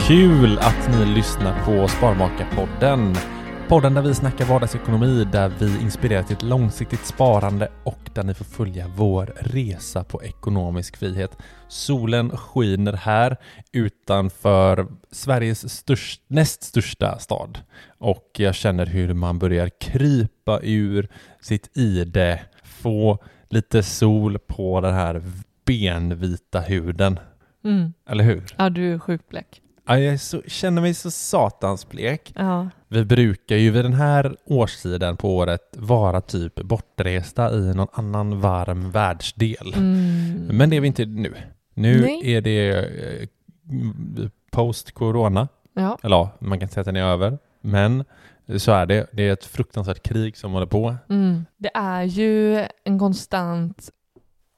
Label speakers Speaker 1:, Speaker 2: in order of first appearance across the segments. Speaker 1: Kul att ni lyssnar på Sparmakarpodden. Podden där vi snackar vardagsekonomi, där vi inspirerar till ett långsiktigt sparande och där ni får följa vår resa på ekonomisk frihet. Solen skiner här utanför Sveriges störst, näst största stad och jag känner hur man börjar krypa ur sitt ide, få lite sol på den här benvita huden.
Speaker 2: Mm.
Speaker 1: Eller hur?
Speaker 2: Ja, du är sjukt blek.
Speaker 1: Ja, jag är så, känner mig så satans blek.
Speaker 2: Ja.
Speaker 1: Vi brukar ju vid den här årstiden på året vara typ bortresta i någon annan varm världsdel.
Speaker 2: Mm.
Speaker 1: Men det är vi inte nu. Nu
Speaker 2: Nej.
Speaker 1: är det eh, post-corona.
Speaker 2: Ja.
Speaker 1: Eller ja, man kan inte säga att den är över. Men så är det. Det är ett fruktansvärt krig som håller på.
Speaker 2: Mm. Det är ju en konstant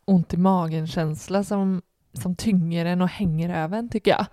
Speaker 2: ont i magen-känsla som, som tynger en och hänger över en, tycker jag.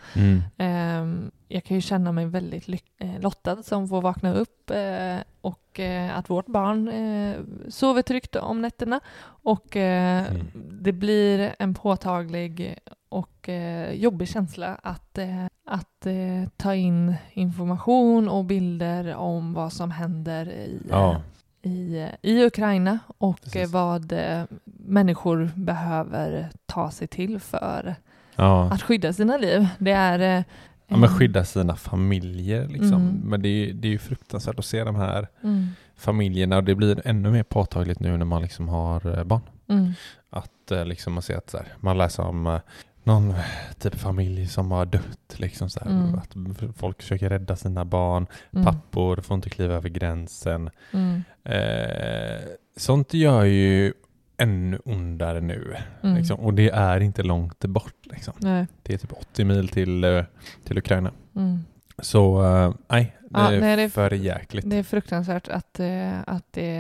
Speaker 2: Ehm, jag kan ju känna mig väldigt lyck- eh, lottad som får vakna upp eh, och eh, att vårt barn eh, sover tryggt om nätterna och eh,
Speaker 1: Mm.
Speaker 2: det blir en påtaglig och eh, jobbig känsla att, eh, att eh, ta in information och bilder om vad som händer i, eh,
Speaker 1: Ja.
Speaker 2: i, i Ukraina och
Speaker 1: Precis.
Speaker 2: eh, vad eh, människor behöver ta sig till för
Speaker 1: Ja.
Speaker 2: att skydda sina liv. Det är... eh,
Speaker 1: ja, men skydda sina familjer liksom.
Speaker 2: Mm.
Speaker 1: Men det är, ju- det är ju fruktansvärt att se de här
Speaker 2: Mm,
Speaker 1: familjerna och det blir ännu mer påtagligt nu när man liksom har eh, barn.
Speaker 2: mm,
Speaker 1: Att eh, liksom man ser att så här, man läser om eh, någon eh, typ familj som har dött. Liksom så här,
Speaker 2: Mm.
Speaker 1: Att f- folk försöker rädda sina barn.
Speaker 2: mm,
Speaker 1: Pappor får inte kliva över gränsen.
Speaker 2: mm,
Speaker 1: Eh, sånt gör ju ännu ondare nu.
Speaker 2: mm.
Speaker 1: Liksom. Och det är inte långt bort. Liksom.
Speaker 2: Nej.
Speaker 1: Det är typ 80 mil till, eh, till Ukraina.
Speaker 2: Mm.
Speaker 1: Så eh, nej, det
Speaker 2: Ja,
Speaker 1: är
Speaker 2: nej, det är-
Speaker 1: för jäkligt.
Speaker 2: Det är fruktansvärt att, eh, att det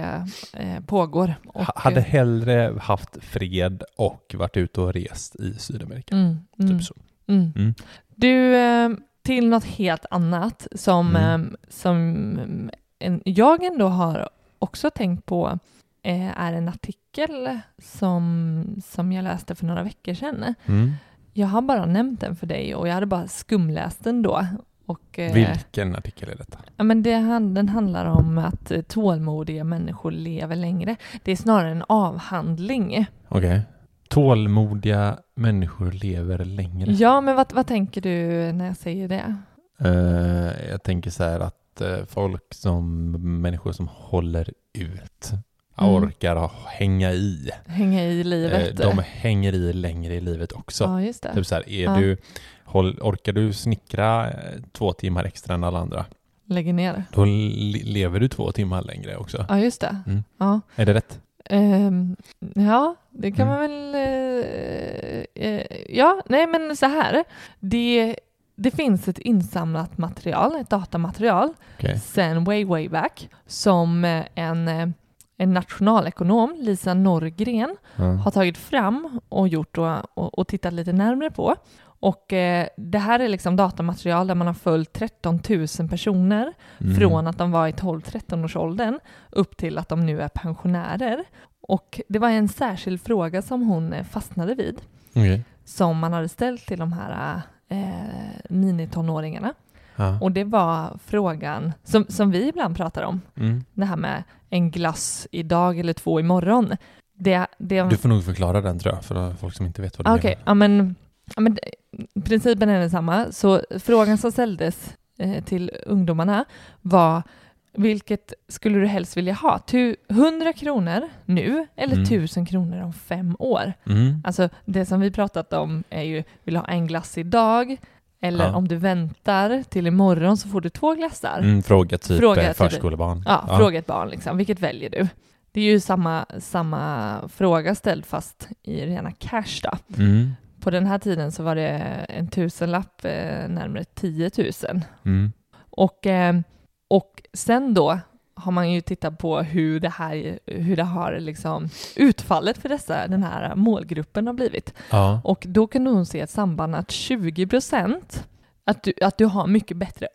Speaker 2: eh, pågår. Och,
Speaker 1: Ha- Hade hellre haft fred och varit ute och rest i Sydamerika.
Speaker 2: mm, mm,
Speaker 1: Typ så.
Speaker 2: Mm.
Speaker 1: Mm.
Speaker 2: Du, eh, till något helt annat som,
Speaker 1: Mm.
Speaker 2: eh, som mm, en, jag ändå har också tänkt på eh, är en artikel som, som jag läste för några veckor sedan.
Speaker 1: Mm.
Speaker 2: Jag har bara nämnt den för dig och jag hade bara skumläst den då. Och, eh,
Speaker 1: Vilken artikel är detta?
Speaker 2: Ja, men det, han- den handlar om att eh, tålmodiga människor lever längre. Det är snarare en avhandling.
Speaker 1: Okej. Tålmodiga människor lever längre.
Speaker 2: Ja, men vad, vad tänker du när jag säger det?
Speaker 1: Eh, jag tänker så här att eh, folk som människor som håller ut
Speaker 2: Mm.
Speaker 1: orkar ha- hänga i.
Speaker 2: Hänga i
Speaker 1: Eh,
Speaker 2: livet?
Speaker 1: de hänger i längre i livet också.
Speaker 2: ja, just det.
Speaker 1: Typ så här, är
Speaker 2: Ja.
Speaker 1: du, håll, orkar du snickra eh, två timmar extra än alla andra,
Speaker 2: Lägger ner.
Speaker 1: då le- lever du två timmar längre också.
Speaker 2: Ja, just det.
Speaker 1: Mm.
Speaker 2: Ja.
Speaker 1: Är det rätt?
Speaker 2: Ehm, ja, det kan
Speaker 1: Mm.
Speaker 2: man väl... eh, eh, ja, nej men så här. Det, det finns ett insamlat material, ett datamaterial
Speaker 1: Okej.
Speaker 2: sen way, way back som eh, en, eh, en nationalekonom, Lisa Norgren,
Speaker 1: Ja.
Speaker 2: har tagit fram och gjort och, och, och tittat lite närmare på. Och eh, det här är liksom datamaterial där man har följt 13 000 personer
Speaker 1: Mm.
Speaker 2: från att de var i 12-13 års åldern upp till att de nu är pensionärer. Och det var en särskild fråga som hon eh, fastnade vid
Speaker 1: Okej.
Speaker 2: som man hade ställt till de här eh, minitonåringarna.
Speaker 1: Ja.
Speaker 2: Och det var frågan som, som vi ibland pratar om,
Speaker 1: Mm.
Speaker 2: det här med en glass idag eller två imorgon. Det, det,
Speaker 1: Du får nog förklara den tror jag, för folk som inte vet vad du
Speaker 2: Ah, Okej, ja men, ja, men det- principen är densamma. Så frågan som ställdes eh, till ungdomarna var vilket skulle du helst vilja ha? Tu, 100 kronor nu eller
Speaker 1: Mm.
Speaker 2: 1000 kronor om fem år?
Speaker 1: menar. Mm.
Speaker 2: Alltså det som vi pratat om är ju, vill du ha en glass idag? Eller
Speaker 1: Ja.
Speaker 2: om du väntar till imorgon så får du två glassar.
Speaker 1: Mm, fråga typ
Speaker 2: Fråga
Speaker 1: eh,
Speaker 2: typ-
Speaker 1: förskolebarn.
Speaker 2: Ja, fråga ett barn liksom, vilket väljer du? Det är ju samma, samma fråga ställd fast i rena cash då.
Speaker 1: Mm,
Speaker 2: På den här tiden så var det en tusenlapp, eh, närmare 10 000.
Speaker 1: mm,
Speaker 2: Och, eh, och sen då har man ju tittat på hur det här, hur det har liksom utfallet för dessa, den här målgruppen har blivit.
Speaker 1: ja.
Speaker 2: Och då kunde hon se ett samband att 20 procent, att du, att du har mycket bättre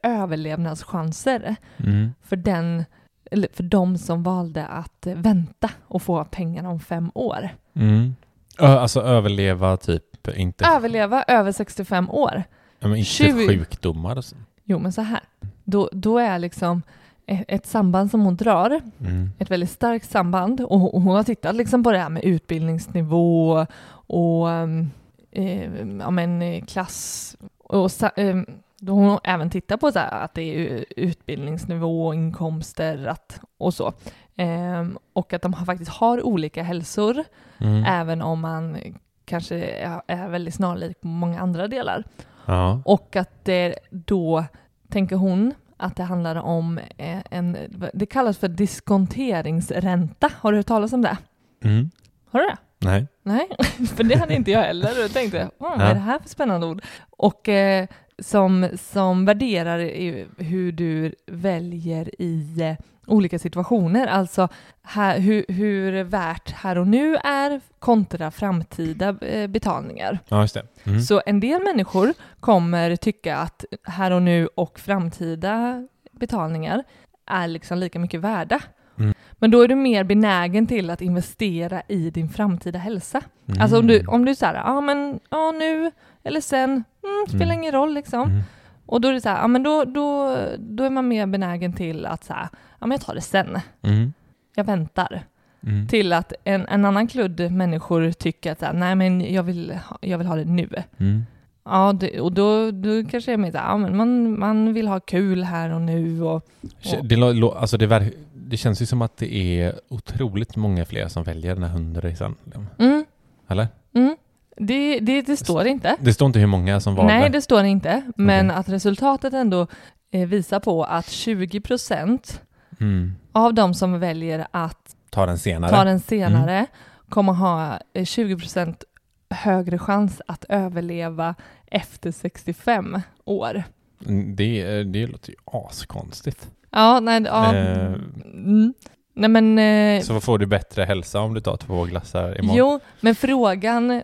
Speaker 2: överlevnadschanser
Speaker 1: Mm,
Speaker 2: för, den, eller för de som valde att eh, vänta och få pengarna om fem år.
Speaker 1: mm. Ö, alltså överleva typ inte.
Speaker 2: Överleva över 65 år.
Speaker 1: Ja, men inte
Speaker 2: Tjugo-
Speaker 1: sjukdomar och så.
Speaker 2: Jo, men så här. Då, då är liksom e- ett samband som hon drar,
Speaker 1: Mm.
Speaker 2: ett väldigt starkt samband. Och hon- och hon har tittat liksom på det här med utbildningsnivå och ehm, eh, ja, men, eh, klass. Och, sa- ehm, då hon har även tittat på så här att det är ju utbildningsnivå, inkomster att, och så. Ehm, och att de har, faktiskt har olika hälsor.
Speaker 1: Mm.
Speaker 2: även om man kanske är- är väldigt snarlik på många andra delar.
Speaker 1: Ja.
Speaker 2: Och att det då, tänker hon, att det handlar om eh, en, det kallas för diskonteringsränta. Har du hört talas om det?
Speaker 1: Mm.
Speaker 2: Har du det?
Speaker 1: Nej.
Speaker 2: Nej, för det hade inte jag heller. Jag tänkte, "Mm, vad
Speaker 1: Ja.
Speaker 2: är det här för spännande ord? Och eh, som, som värderar i hur du väljer i eh, olika situationer. Alltså här, hur, hur värt här och nu är kontra framtida eh, betalningar.
Speaker 1: Ja, just det. Mm.
Speaker 2: Så en del människor kommer tycka att här och nu och framtida betalningar är liksom lika mycket värda.
Speaker 1: Mm.
Speaker 2: Men då är du mer benägen till att investera i din framtida hälsa.
Speaker 1: Mm.
Speaker 2: Alltså om du, om du säger, ja men ja, nu eller sen, mm, spelar
Speaker 1: Mm.
Speaker 2: ingen roll liksom.
Speaker 1: Mm.
Speaker 2: Och då är det så här, ja men då, då, då är man mer benägen till att så här, ja men jag tar det sen,
Speaker 1: Mm.
Speaker 2: jag väntar.
Speaker 1: Mm.
Speaker 2: Till att en, en annan kludd människor tycker att så här, nej men jag vill, ha- jag vill ha det nu.
Speaker 1: Mm.
Speaker 2: Ja, det, och då, då kanske det är mer så här, ja men man, man vill ha kul här och nu och
Speaker 1: K- Det, lo- lo- alltså det, ver- det känns ju som att det är otroligt många fler som väljer den här hundresan. liksom.
Speaker 2: mm,
Speaker 1: Eller?
Speaker 2: mm. Det, det, det står inte.
Speaker 1: Det står inte hur många som valde.
Speaker 2: Nej, det står det inte. Men att resultatet ändå eh, visar på att 20 procent
Speaker 1: mm.
Speaker 2: av de som väljer att
Speaker 1: Ta den senare.
Speaker 2: ta den senare
Speaker 1: Mm.
Speaker 2: kommer ha eh, 20 procent högre chans att överleva efter 65 år.
Speaker 1: Mm, Det, är- det låter ju askonstigt.
Speaker 2: Ja, nej, ja.
Speaker 1: Eh.
Speaker 2: Mm. nej men... eh,
Speaker 1: Så vad får du bättre hälsa om du tar två glassar imorgon?
Speaker 2: Jo, men frågan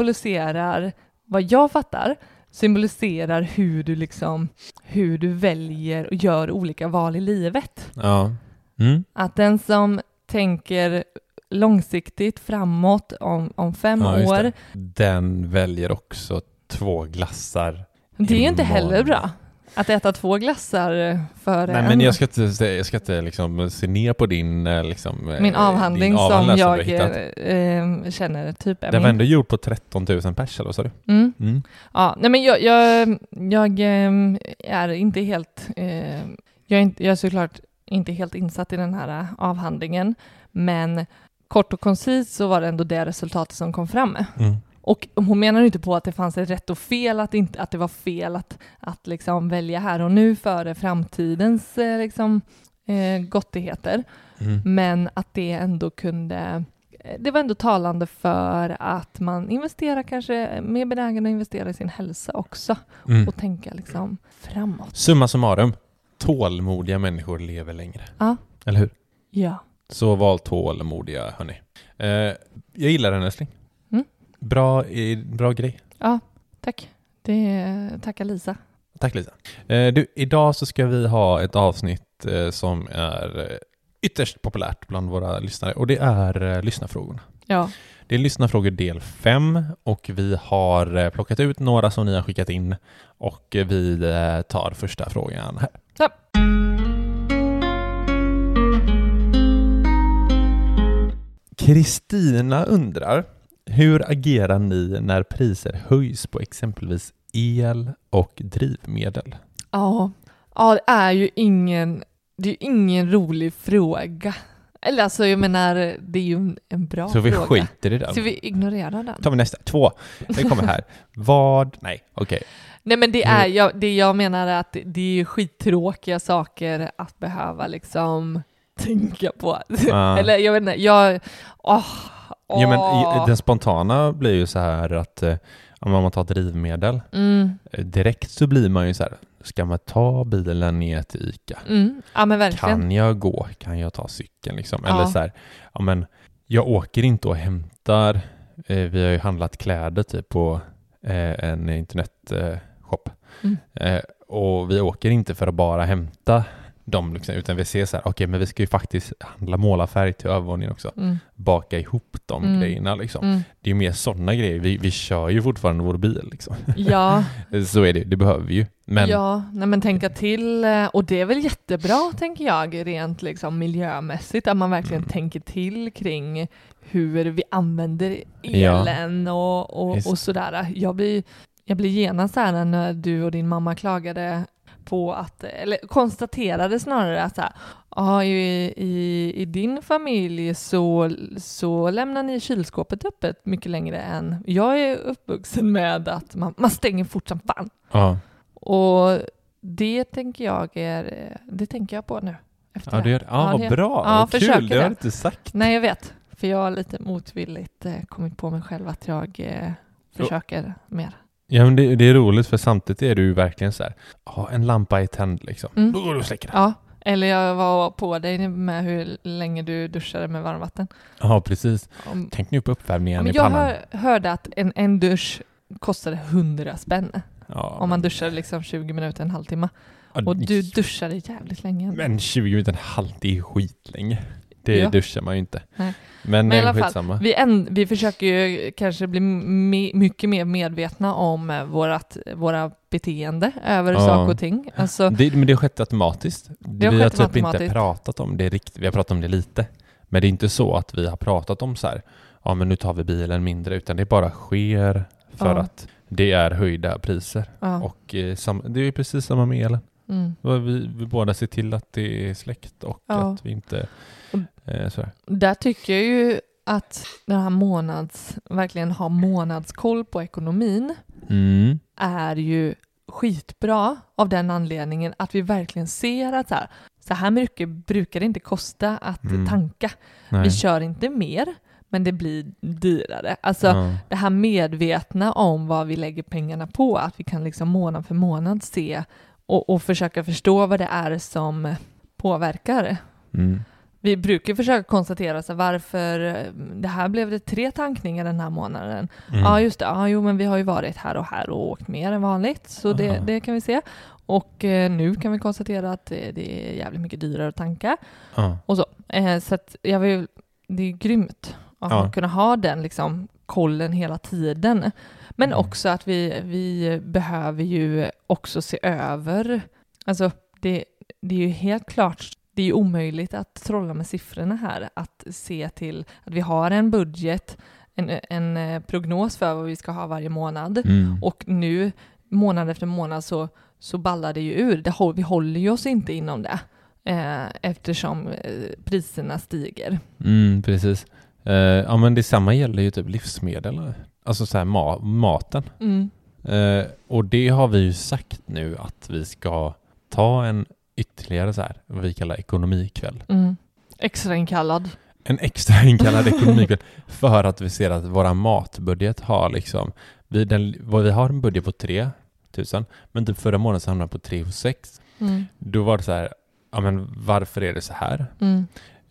Speaker 2: symboliserar, vad jag fattar, symboliserar hur du liksom, hur du väljer och gör olika val i livet.
Speaker 1: Ja. Mm.
Speaker 2: Att den som tänker långsiktigt framåt om, om fem
Speaker 1: ja just
Speaker 2: år,
Speaker 1: det.
Speaker 2: det,
Speaker 1: Den väljer också två glassar.
Speaker 2: är ju inte
Speaker 1: Imorgon.
Speaker 2: heller bra. Att äta två glassar för
Speaker 1: Nej
Speaker 2: en.
Speaker 1: men jag ska inte, säga- jag ska inte liksom se ner på din eh, liksom, eh,
Speaker 2: Min avhandling
Speaker 1: din
Speaker 2: som
Speaker 1: avhandling
Speaker 2: jag
Speaker 1: du har hittat.
Speaker 2: eh, känner typ är
Speaker 1: Den var
Speaker 2: min.
Speaker 1: ändå gjord på 13 000 pers eller vad sa du?
Speaker 2: Mm.
Speaker 1: Mm.
Speaker 2: Ja, nej men jag, jag, jag ehm, är inte helt... Eh, jag, är inte, jag är såklart inte helt insatt i den här eh, avhandlingen, men kort och koncist så var det ändå det resultatet som kom fram.
Speaker 1: Mm.
Speaker 2: Och hon menar ju inte på att det fanns ett rätt och fel, att, inte, att det var fel att, att liksom välja här och nu före framtidens eh, liksom, eh, gottigheter,
Speaker 1: Mm.
Speaker 2: men att det ändå kunde eh, det var ändå talande för att man investerar kanske mer benägen att investera i sin hälsa också
Speaker 1: Mm.
Speaker 2: och tänka liksom framåt.
Speaker 1: Summa summarum, tålmodiga människor lever längre.
Speaker 2: Ja.
Speaker 1: Eller hur?
Speaker 2: Ja.
Speaker 1: Så var tålmodiga, hörni. Eh, jag gillar den, älskling.
Speaker 2: Mm.
Speaker 1: Bra, eh, bra grej.
Speaker 2: Ja, tack. Det tackar Lisa.
Speaker 1: Tack, Lisa. Eh, du, idag så ska vi ha ett avsnitt eh, som är eh, ytterst populärt bland våra lyssnare och det är eh, lyssnarfrågorna.
Speaker 2: Ja.
Speaker 1: Det är lyssnarfrågor del 5 och vi har eh, plockat ut några som ni har skickat in och eh, vi eh, tar första frågan här.
Speaker 2: Ja.
Speaker 1: Kristina undrar, hur agerar ni när priser höjs på exempelvis el och drivmedel?
Speaker 2: Ja. ja, det är ju ingen, det är ju ingen rolig fråga. Eller alltså jag menar, det är ju en- en bra
Speaker 1: Så vi
Speaker 2: fråga.
Speaker 1: skiter i den.
Speaker 2: Så vi ignorerar den?
Speaker 1: tar vi nästa. Två. Det kommer här. Vad? Nej, okej.
Speaker 2: Nej men det
Speaker 1: Mm.
Speaker 2: är, jag, det jag menar är att det- det är ju skittråkiga saker att behöva liksom tänka på.
Speaker 1: Ja.
Speaker 2: Eller jag vet inte, jag... Åh, åh.
Speaker 1: Jo, men i- den spontana blir ju så här att eh, om man tar drivmedel,
Speaker 2: mm,
Speaker 1: eh, direkt så blir man ju så här, ska man ta bilen ner till ICA?
Speaker 2: mm. Ja men verkligen.
Speaker 1: Kan jag gå? Kan jag ta cykeln? Liksom? Eller
Speaker 2: Ja.
Speaker 1: så här, ja, men jag åker inte och hämtar, eh, vi har ju handlat kläder typ på eh, en internetshop. Eh, shop.
Speaker 2: Mm.
Speaker 1: eh, och vi åker inte för att bara hämta de liksom, utan vi ser så här, okej, men vi ska ju faktiskt handla målarfärg till övervåningen också.
Speaker 2: Mm.
Speaker 1: Baka ihop de
Speaker 2: Mm.
Speaker 1: grejerna liksom.
Speaker 2: Mm.
Speaker 1: Det är ju mer sådana grejer. Vi, vi kör ju fortfarande vår bil liksom. Eh,
Speaker 2: Ja,
Speaker 1: Så är det, det behöver vi ju. Men
Speaker 2: ja nej, men tänka till. eh, Och det är väl jättebra, tänker jag, rent liksom miljömässigt, att man verkligen
Speaker 1: Mm.
Speaker 2: tänker till kring hur vi använder
Speaker 1: Ja.
Speaker 2: elen och, och,
Speaker 1: Visst.
Speaker 2: och sådär. Jag blir, jag blir genast här när du och din mamma klagade på att, eller konstaterade snarare att så här, "Ja, i, i, i din familj så, så lämnar ni kylskåpet öppet mycket längre än jag är uppvuxen med att man, man stänger fort som fan.
Speaker 1: ja,
Speaker 2: Och det tänker jag är, det tänker jag på nu. Efter
Speaker 1: ja,
Speaker 2: det.
Speaker 1: du gör det. Ja,
Speaker 2: Ja,
Speaker 1: vad
Speaker 2: det-
Speaker 1: bra.
Speaker 2: ja,
Speaker 1: vad kul,
Speaker 2: försöker
Speaker 1: det har
Speaker 2: det.
Speaker 1: jag inte sagt.
Speaker 2: Nej, jag vet. För jag har lite motvilligt eh, kommit på mig själv att jag eh, försöker mer.
Speaker 1: Ja, men det, det är roligt för samtidigt är du ju verkligen så här, ja, en lampa är tänd liksom.
Speaker 2: Mm.
Speaker 1: Då går du och släcker den.
Speaker 2: Ja, eller jag var på dig med hur länge du duschade med varmvatten.
Speaker 1: Ja, precis.
Speaker 2: Om,
Speaker 1: Tänk nu på uppvärmningen
Speaker 2: men
Speaker 1: i
Speaker 2: jag
Speaker 1: pannan.
Speaker 2: hör, hörde att en, en dusch kostade 100 spänn
Speaker 1: Ja, Mm,
Speaker 2: om man duschade liksom 20 minuter, en halvtimme.
Speaker 1: ja,
Speaker 2: Och du duschade jävligt länge.
Speaker 1: Men 20 minuter, en halv, det är skitlänge. Det
Speaker 2: Ja.
Speaker 1: duschar man ju inte.
Speaker 2: Nej.
Speaker 1: Men,
Speaker 2: Men i
Speaker 1: eh,
Speaker 2: alla fall,
Speaker 1: skitsamma.
Speaker 2: Vi, en, vi försöker ju kanske bli me, mycket mer medvetna om eh, vårat, våra beteende över
Speaker 1: Ja.
Speaker 2: saker och ting. Alltså,
Speaker 1: Det, men det har skett automatiskt.
Speaker 2: har
Speaker 1: vi har
Speaker 2: skett
Speaker 1: typ inte
Speaker 2: automatiskt.
Speaker 1: pratat om det riktigt. Vi har pratat om det lite. Men det är inte så att vi har pratat om så här, ja men nu tar vi bilen mindre, utan det bara sker för
Speaker 2: Ja.
Speaker 1: att det är höjda priser.
Speaker 2: ja.
Speaker 1: Och eh, sam, det är precis samma med elen.
Speaker 2: Mm.
Speaker 1: Vad Vi, vi båda ser till att det är släkt och
Speaker 2: Ja. Mm.
Speaker 1: att vi inte...
Speaker 2: Och-
Speaker 1: Eh, sådär.
Speaker 2: Där tycker jag ju att den här månads, verkligen ha månadskoll på ekonomin
Speaker 1: Mm.
Speaker 2: är ju skitbra av den anledningen att vi verkligen ser att så här, så här mycket brukar det inte kosta att
Speaker 1: Mm.
Speaker 2: tanka.
Speaker 1: Nej.
Speaker 2: Vi kör inte mer, men det blir dyrare. Alltså,
Speaker 1: Ja.
Speaker 2: det här medvetna om vad vi lägger pengarna på, att vi kan liksom månad för månad se och, och försöka förstå vad det är som påverkar.
Speaker 1: Mm.
Speaker 2: Vi brukar försöka konstatera så här, varför eh, det här blev det tre tankningar den här månaden.
Speaker 1: Mm.
Speaker 2: Ja, just det. Ja, jo, men vi har ju varit här och här och åkt mer än vanligt, så det,
Speaker 1: Aha.
Speaker 2: det kan vi se. Och eh, nu kan vi konstatera att eh, det är jävligt mycket dyrare att tanka.
Speaker 1: Ja.
Speaker 2: Eh, så att jag vill, det är grymt att
Speaker 1: Ja.
Speaker 2: kunna ha den liksom, kollen hela tiden. Men
Speaker 1: Mm.
Speaker 2: också att vi, vi behöver ju också se över, alltså det, det är ju helt klart, det är ju omöjligt att trolla med siffrorna här, att se till att vi har en budget, en, en eh, prognos för vad vi ska ha varje månad.
Speaker 1: Mm.
Speaker 2: Och nu, månad efter månad, så, så ballar det ju ur. Det, hå- vi håller ju oss inte inom det eh, eftersom eh, priserna stiger.
Speaker 1: Mm, precis. Eh, ja, men detsamma gäller ju typ livsmedel. Alltså så här ma- maten.
Speaker 2: Mm.
Speaker 1: Eh, och det har vi ju sagt nu att vi ska ta en ytterligare så här, vad vi kallar ekonomikväll.
Speaker 2: Mm. Extrainkallad.
Speaker 1: En extra inkallad ekonomikväll för att vi ser att våra matbudget har liksom, vi, den, vad vi har en budget på 3 000, men typ förra månaden så hamnade den på 3 och 6.
Speaker 2: Mm.
Speaker 1: Då var det så här, ja men varför är det så här?
Speaker 2: Mm.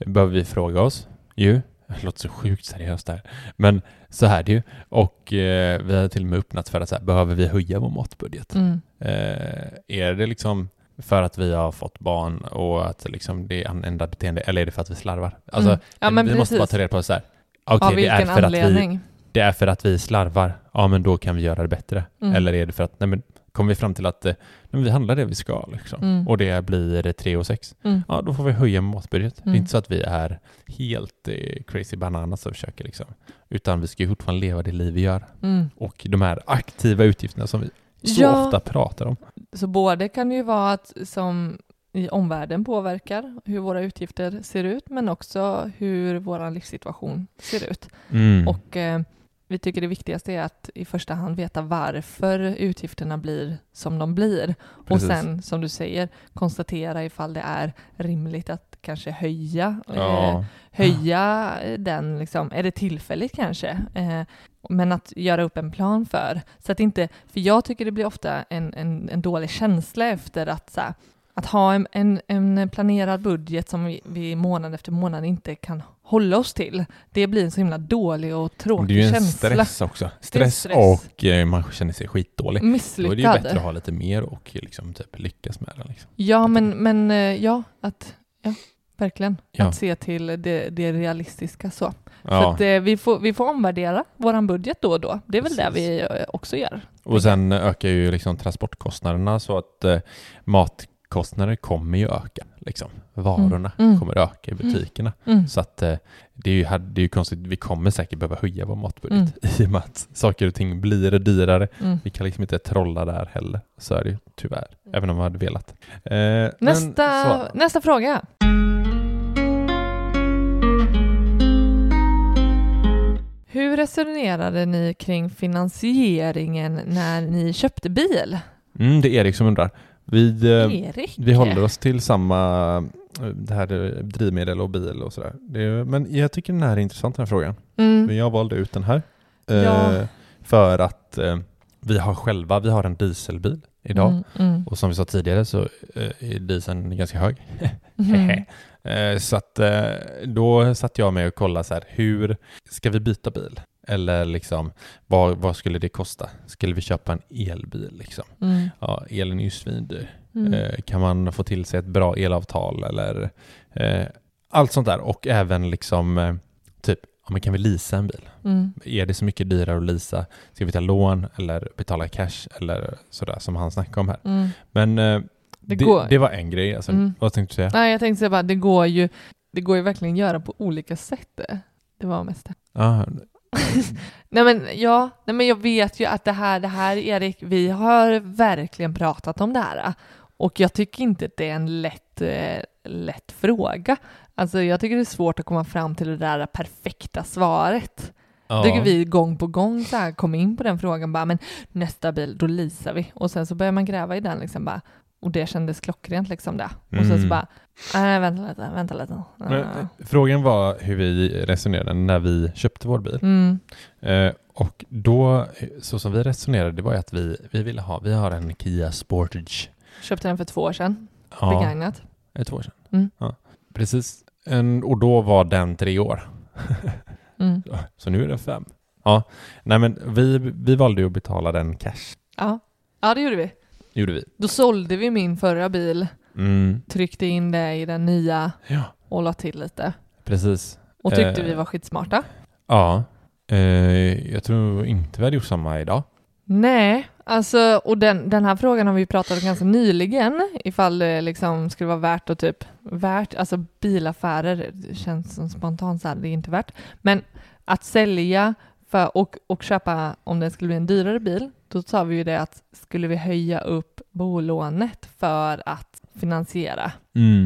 Speaker 1: behöver vi fråga oss ju. Det låter så sjukt seriöst där. Men så här är det ju. Och eh, vi har till och med öppnat för att så här, behöver vi höja vår matbudget?
Speaker 2: Mm.
Speaker 1: Eh, är det liksom för att vi har fått barn och att liksom det är en ändrat beteende eller är det för att vi slarvar? Alltså,
Speaker 2: Mm. Ja, men
Speaker 1: vi måste bara
Speaker 2: precis.
Speaker 1: ta reda på så här. Okej,
Speaker 2: Av
Speaker 1: det, är
Speaker 2: vilken
Speaker 1: för att vi,
Speaker 2: anledning?
Speaker 1: det är för att vi slarvar. Ja, men då kan vi göra det bättre.
Speaker 2: Mm.
Speaker 1: Eller är det för att, nej men, kommer vi fram till att eh, nej, men vi handlar det vi ska liksom.
Speaker 2: Mm.
Speaker 1: Och det blir 3 och 6
Speaker 2: Mm.
Speaker 1: ja, då får vi höja matbudget. Det
Speaker 2: Mm.
Speaker 1: är inte så att vi är helt eh, crazy bananas och försöker liksom. Utan vi ska ju fortfarande leva det liv vi gör.
Speaker 2: Mm.
Speaker 1: Och de här aktiva utgifterna som vi så
Speaker 2: Ja.
Speaker 1: ofta pratar om.
Speaker 2: Så både kan det ju vara att som i omvärlden påverkar hur våra utgifter ser ut, men också hur vår livssituation ser ut.
Speaker 1: Mm.
Speaker 2: Och eh, vi tycker det viktigaste är att i första hand veta varför utgifterna blir som de blir.
Speaker 1: Precis.
Speaker 2: Och sen, som du säger, konstatera ifall det är rimligt att kanske höja, eh,
Speaker 1: ja.
Speaker 2: höja den, liksom, är det tillfälligt kanske? Eh, men att göra upp en plan för. Så att inte, för jag tycker det blir ofta en, en, en dålig känsla efter att så här, Att ha en, en, en planerad budget som vi, vi månad efter månad inte kan hålla oss till, det blir en så himla dålig och
Speaker 1: Men Det
Speaker 2: tråkig
Speaker 1: är ju en
Speaker 2: känsla.
Speaker 1: stress också. Stress,
Speaker 2: stress.
Speaker 1: och eh, man känner sig skitdålig. Då är det ju
Speaker 2: Misslyckad.
Speaker 1: bättre att ha lite mer och liksom typ lyckas med det. Liksom.
Speaker 2: Ja, men, men eh, ja, att, ja, verkligen.
Speaker 1: Ja.
Speaker 2: Att se till det, det realistiska så. Så
Speaker 1: Ja.
Speaker 2: att, eh, vi, får, vi får omvärdera vår budget då och då. Det är väl det
Speaker 1: Precis.
Speaker 2: vi eh, också gör.
Speaker 1: Och sen ökar ju liksom transportkostnaderna så att eh, matkostnader kommer ju öka. Liksom. Varorna
Speaker 2: Mm. Mm.
Speaker 1: kommer öka i butikerna.
Speaker 2: Mm.
Speaker 1: Så att eh, det är, ju, hade- det är ju konstigt, vi kommer säkert behöva höja vår matbudget i och med att saker och ting blir dyrare.
Speaker 2: Mm.
Speaker 1: Vi kan liksom inte trolla där heller. Så är det ju tyvärr, även om vi hade velat. Eh, men
Speaker 2: Nästa,
Speaker 1: så.
Speaker 2: nästa fråga. Hur resonerade ni kring finansieringen när ni köpte bil?
Speaker 1: Mm, det är Erik som undrar. Vi, eh,
Speaker 2: Erik?
Speaker 1: Vi håller oss till samma eh, det här eh, drivmedel och bil och sådär. Det är, men jag tycker den här är intressant den här frågan. Men
Speaker 2: Mm.
Speaker 1: jag valde ut den här. eh,
Speaker 2: Ja.
Speaker 1: För att eh, vi har själva, vi har en dieselbil idag.
Speaker 2: Mm, mm,
Speaker 1: Och som vi sa tidigare så eh, är dieseln ganska hög.
Speaker 2: mm.
Speaker 1: Eh, så att eh, då satt jag med och kollade så här, hur ska vi byta bil? Eller liksom, vad, vad skulle det kosta? Skulle vi köpa en elbil liksom?
Speaker 2: Mm,
Speaker 1: Ja, elen är ju svindyr.
Speaker 2: mm.
Speaker 1: Eh, Kan man få till sig ett bra elavtal eller eh, allt sånt där och även liksom eh, typ, ja, men kan vi leasa en bil?
Speaker 2: Mm.
Speaker 1: Är det så mycket dyrare att leasa? Ska vi ta lån eller betala cash eller sådär som han snackade om här?
Speaker 2: Mm.
Speaker 1: Men eh, det,
Speaker 2: Det
Speaker 1: det,
Speaker 2: går-
Speaker 1: var en grej. Alltså,
Speaker 2: Mm.
Speaker 1: Vad tänkte du säga?
Speaker 2: Nej, jag tänkte säga bara, det går ju, det går ju verkligen att göra på olika sätt. Det var mest det.
Speaker 1: Ah,
Speaker 2: Nej men, ja, nej men jag vet ju att det här, det här Erik, vi har verkligen pratat om det här. Och jag tycker inte att det är en lätt, eh, lätt fråga. Alltså jag tycker det är svårt att komma fram till det där perfekta svaret.
Speaker 1: ja.
Speaker 2: tycker vi gång på gång så här kom in på den frågan bara, men nästa bil, då leasar vi. Och sen så börjar man gräva i den liksom bara, och det kändes klockrent liksom det. Och sen
Speaker 1: Mm.
Speaker 2: så bara, nej vänta lite, vänta lite.
Speaker 1: Men,
Speaker 2: Ah.
Speaker 1: eh, frågan var hur vi resonerade när vi köpte vår bil.
Speaker 2: Mm,
Speaker 1: Eh, och då, eh, så som vi resonerade, det var ju att vi, vi ville ha, vi har en Kia Sportage.
Speaker 2: köpte den för två år sedan,
Speaker 1: Ja.
Speaker 2: begagnat.
Speaker 1: Är det två år sedan?
Speaker 2: Mm.
Speaker 1: Ja. Precis. En, och då var den tre år.
Speaker 2: Mm.
Speaker 1: Så nu är den fem. Ja. Nej, men vi, vi valde ju att betala den cash.
Speaker 2: Ja. ja, det gjorde vi.
Speaker 1: gjorde vi.
Speaker 2: Då sålde vi min förra bil,
Speaker 1: Mm.
Speaker 2: tryckte in det i den nya
Speaker 1: Ja,
Speaker 2: och la till lite.
Speaker 1: precis.
Speaker 2: Och tyckte
Speaker 1: Eh.
Speaker 2: vi var skitsmarta.
Speaker 1: Ja. Eh, jag tror inte vi hade gjort samma idag.
Speaker 2: Nej, alltså, och den, den här frågan har vi ju pratat om ganska nyligen, ifall det liksom skulle vara värt att typ, värt, alltså bilaffärer, det känns som spontant så här, det är inte värt, men att sälja för, och, och köpa, om det skulle bli en dyrare bil, då sa vi ju det att skulle vi höja upp bolånet för att finansiera? Mm.